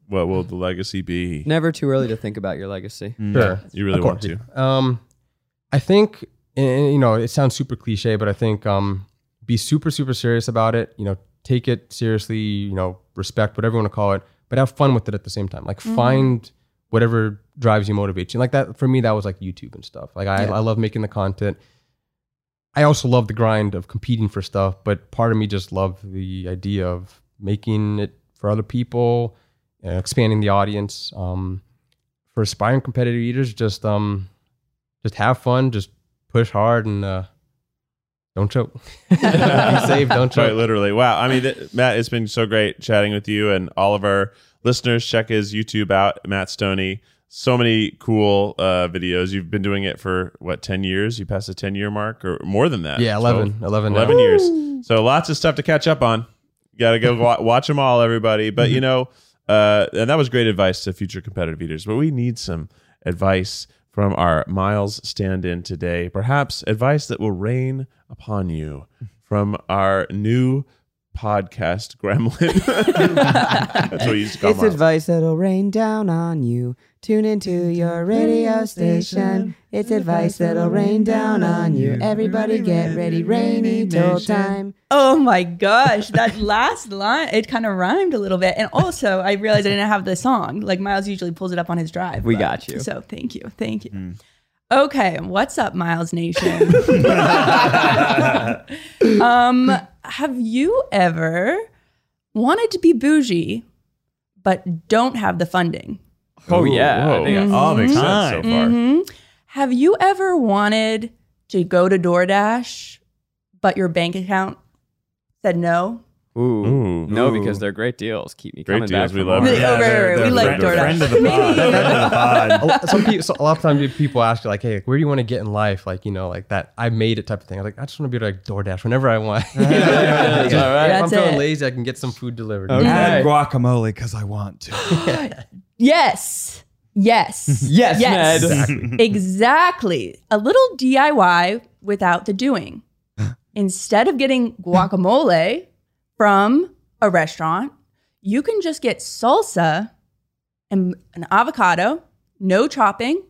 what will the legacy be?
Never too early to think about your legacy.
Mm.
sure.
You really
Of course,
want to.
yeah. Um, I think and, you know it sounds super cliche, but I think um, be super super serious about it. You know, take it seriously. You know, respect whatever you want to call it, but have fun with it at the same time. Like find whatever drives you, motivates you. Like that for me, that was like YouTube and stuff. Like I, I love making the content. I also love the grind of competing for stuff, but part of me just loved the idea of making it for other people, uh, expanding the audience. Um, for aspiring competitive eaters, just um, just have fun, just push hard, and uh, don't choke. Be safe, don't
Quite
choke.
literally. Wow. I mean, th- Matt, it's been so great chatting with you and all of our listeners. Check his YouTube out, Matt Stoney. So many cool uh, videos. You've been doing it for what, 10 years? You passed the 10 year mark or more than that?
Yeah, 11,
12?
11, now.
11 years. So lots of stuff to catch up on. Got to go wa- watch them all, everybody. But
Mm-hmm.
you know, uh, and that was great advice to future competitive eaters. But we need some advice from our Miles stand-in today. Perhaps advice that will rain upon you from our new podcast, Gremlin. That's what we used to call
It's
Miles.
advice that'll rain down on you. Tune into your radio station. It's advice that'll rain down on you. Everybody get ready, rainy till time.
Oh my gosh, that last line it kind of rhymed a little bit. And also I realized I didn't have the song. Like Miles usually pulls it up on his drive.
We
but-
got you.
So thank you. Thank you. Okay, what's up, Miles Nation? um, have you ever wanted to be bougie but don't have the funding?
Oh, yeah. I
Whoa.
think Mm-hmm. that's-
All makes sense so
time.
far.
Mm-hmm. Have you ever wanted to go to DoorDash but your bank account said no?
Ooh.
Ooh.
No, because they're great deals. Keep me
Great
coming
deals.
back.
We
for
love
more.
Right,
Yeah,
right,
they're-
right.
they're
We like
friend-
DoorDash.
friend of the pod. friend of the
a
pod.
lot, some people, so a lot of times people ask you like, "Hey, where do you want to get in life?" Like, you know, like that. I made it type of thing. I was like, I just want to be like DoorDash whenever I want. You know, like,
All right.
If I'm
That's
feeling
it.
lazy, I can get some food delivered.
Add guacamole because I want to.
Yes. Yes.
Yes, Ned.
Exactly. A little DIY without the doing. Instead of getting guacamole from a restaurant, you can just get salsa and an avocado, no chopping,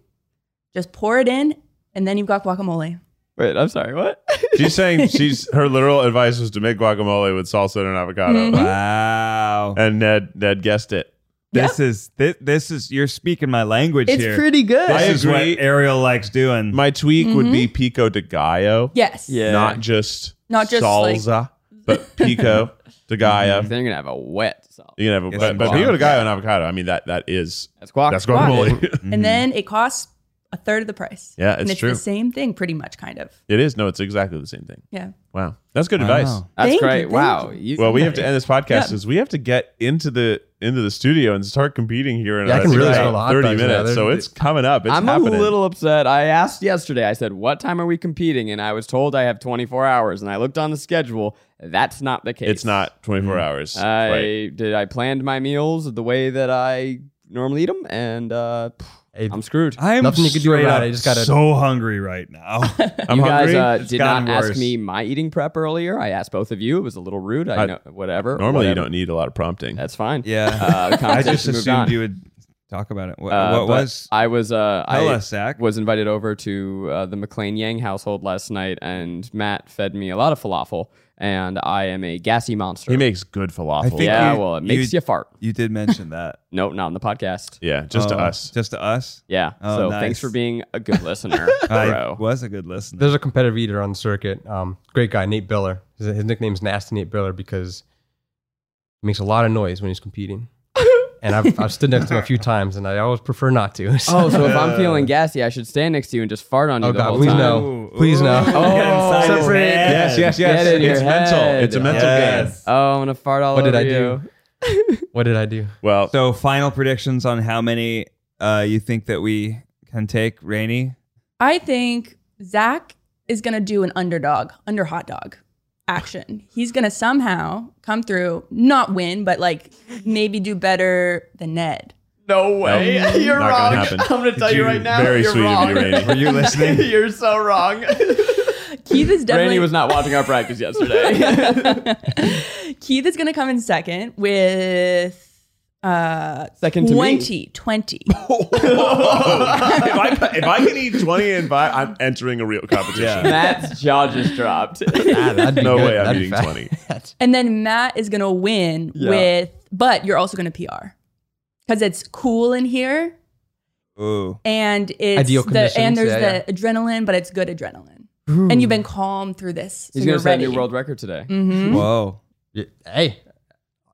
just pour it in, and then you've got guacamole.
Wait, I'm sorry. What?
She's saying she's her literal advice was to make guacamole with salsa and an avocado.
Mm-hmm.
Wow.
And Ned Ned guessed it.
This is this, this is you're speaking my language
It's
here.
pretty good.
this
I
is what
agree.
Ariel likes doing.
My tweak would be pico de gallo.
yes.
Yeah.
Not just
Mm-hmm. Not just, like-
salsa, but pico de gallo.
Then you're gonna have a wet salt.
You know,
Yes,
but, but
guac.
pico de gallo and avocado. I mean that that is
That's guac.
that's guacamole.
And then it costs a third of the price.
Mm-hmm. Yeah,
and
it's
it's
true.
the same thing, pretty much, kind of.
it is. No, it's exactly the same thing.
Yeah.
Wow, that's good
Wow.
advice.
That's
Thank you,
great.
thank
wow.
you.
You-
Well, we have to end this podcast because we have to get into the into the studio and start competing here in
Yeah, I
uh,
can really
about
smell the hot
thirty
dogs now.
minutes. So
They're-
it's coming up. It's
I'm
happening.
a little upset. I asked yesterday. I said, "What time are we competing?" And I was told I have 24 hours. And I looked on the schedule. That's not the case.
It's not 24 hours.
Mm. I
Right.
did. I planned my meals the way that I normally eat them, and uh, pff,
Hey,
I'm screwed.
I am
Nothing you can do
straight
about
up
it. You just gotta-
so hungry right now.
I'm
you guys
hungry.
uh,
It's
did not
gotten
ask
worse.
me my eating prep earlier. I asked both of you. It was a little rude. I,
I-
know whatever.
Normally, you
whatever.
don't need a lot of prompting.
That's fine.
yeah,
Uh, the
I
conversation
just
moved
assumed
on.
you would talk about it. What,
Uh,
what
but
was?
I was uh,
Tell
I
us, Zach.
was invited over to uh, the McLean Yang household last night, and Matt fed me a lot of falafel, and I am a gassy monster.
he makes good falafel.
I think-
yeah,
you-
well, it makes you,
you-
fart.
you did mention that.
No, not on the podcast.
yeah, just to
Oh,
us.
Just to us.
Yeah.
Oh,
so
nice.
thanks for being a good listener,
I
bro.
was a good listener.
There's a competitive eater on the circuit. Um, great guy, Nate Biller. His, his nickname's Nasty Nate Biller because he makes a lot of noise when he's competing. and I've, I've stood next to him a few times, and I always prefer not to. So-
oh, so if I'm feeling gassy, I should stand next to you and just fart on you
Oh,
the
God,
whole
please
time.
no. Please no.
Oh,
Inside his
separate.
head.
Yes, yes, yes.
Get in
It's
your
mental.
head.
It's a mental game.
Yes.
Oh, I'm gonna fart all
What
over
did I
you.
do? What did I do?
Well,
So, final predictions on how many uh, you think that we can take, Rainy?
I think Zach is going to do an underdog, under hot dog action. He's going to somehow come through, not win, but like maybe do better than Ned.
No way.
Nope.
You're
Not
wrong.
gonna happen.
I'm going to tell you
You're
right now.
very
you're
sweet of you,
wrong.
Rainey. Were
you listening?
you're so wrong.
Keith is definitely
Rainey was not watching our practice yesterday.
Keith is going to come in second with uh
Second to
20 20.
Oh. if, I, ca- if I can eat 20 and 5, I'm entering a real competition.
me. Matt's jaw just dropped.
Ah, That'd be
No
good.
way I'm
That'd be
eating
fat.
20.
And then Matt is going to win
Yeah.
with but you're also going to PR. Cuz it's cool in here
Ooh.
and it's
Ideal
the and
conditions,
there's
yeah,
the adrenaline but it's good adrenaline. And you've been calm through this.
He's
so
going
you're
to set a
ready.
new world record today.
Mhm.
Whoa.
Yeah, Hey,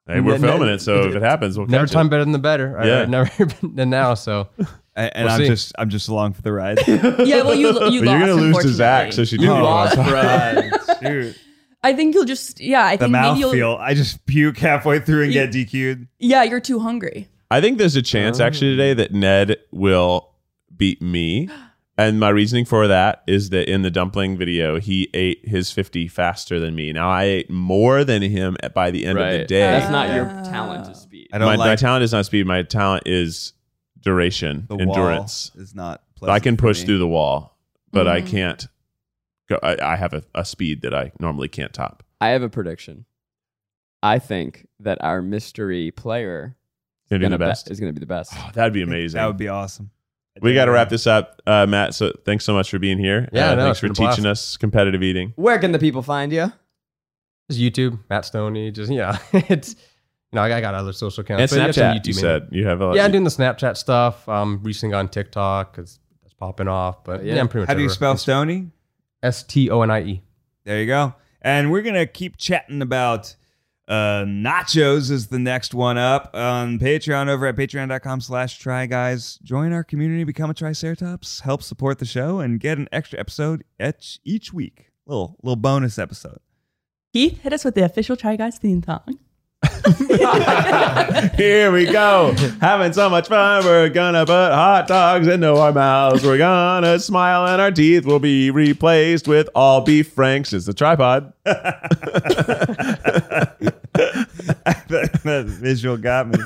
Hey, we're
Ne- ne-
filming it, so if it happens, we'll
never
catch
time better than the better. I-
Yeah.
I've never than now. So
And, and
We'll
I'm
see.
just I'm just along for the ride.
Yeah, well you you lost.
it. But you're going to lose to Zach, so
unfortunately.
she did
Oh,
lost,
win.
Uh,
God, shoot.
I think you'll just yeah, I
The
think maybe
mouth
you'll
feel. I just puke halfway through and get DQ'd.
Yeah, you're too hungry.
I think there's a chance actually today that Ned will beat me. And my reasoning for that is that in the dumpling video, he ate his 50 faster than me. Now I ate more than him at- by the end of the
Right.
day.
That's not your talent to speed.
I don't
my, my
like
talent is not speed. My talent is duration,
the
endurance.
Wall is not.
I
pleasant
can
for
push
me.
through the wall, but I
Mhm.
can't. Go, I, I have a, a speed that I normally can't top.
I have a prediction. I think that our mystery player
Gonna do
gonna
the
be-
best.
is going to be the best.
Oh, that'd be amazing.
That would be awesome.
we got to wrap this up, uh, Matt. So thanks so much for being here.
Yeah,
Uh,
no,
thanks
it's
for
been a blast.
teaching us competitive eating.
Where can the people find you?
just YouTube, Matt Stoney, just yeah, it's you know I, I got other social accounts.
And
but it's on
Snapchat, you
man.
said you have a
Yeah, I'm doing the Snapchat stuff. Um, recently on TikTok because that's popping off. But
Yeah.
yeah, I'm pretty much.
How do you
everywhere.
spell Stony?
S T O N I E.
There you go. And we're going to keep chatting about uh, nachos is the next one up on Patreon over at patreon.com slash try guys. Join our community, become a triceratops, help support the show, and get an extra episode each, each week. Little little bonus episode.
Keith, hit us with the official Try Guys theme song.
Here we go. Having so much fun. We're gonna put hot dogs into our mouths. We're gonna smile and our teeth will be replaced with all beef franks. It's the tripod.
that, that visual got me.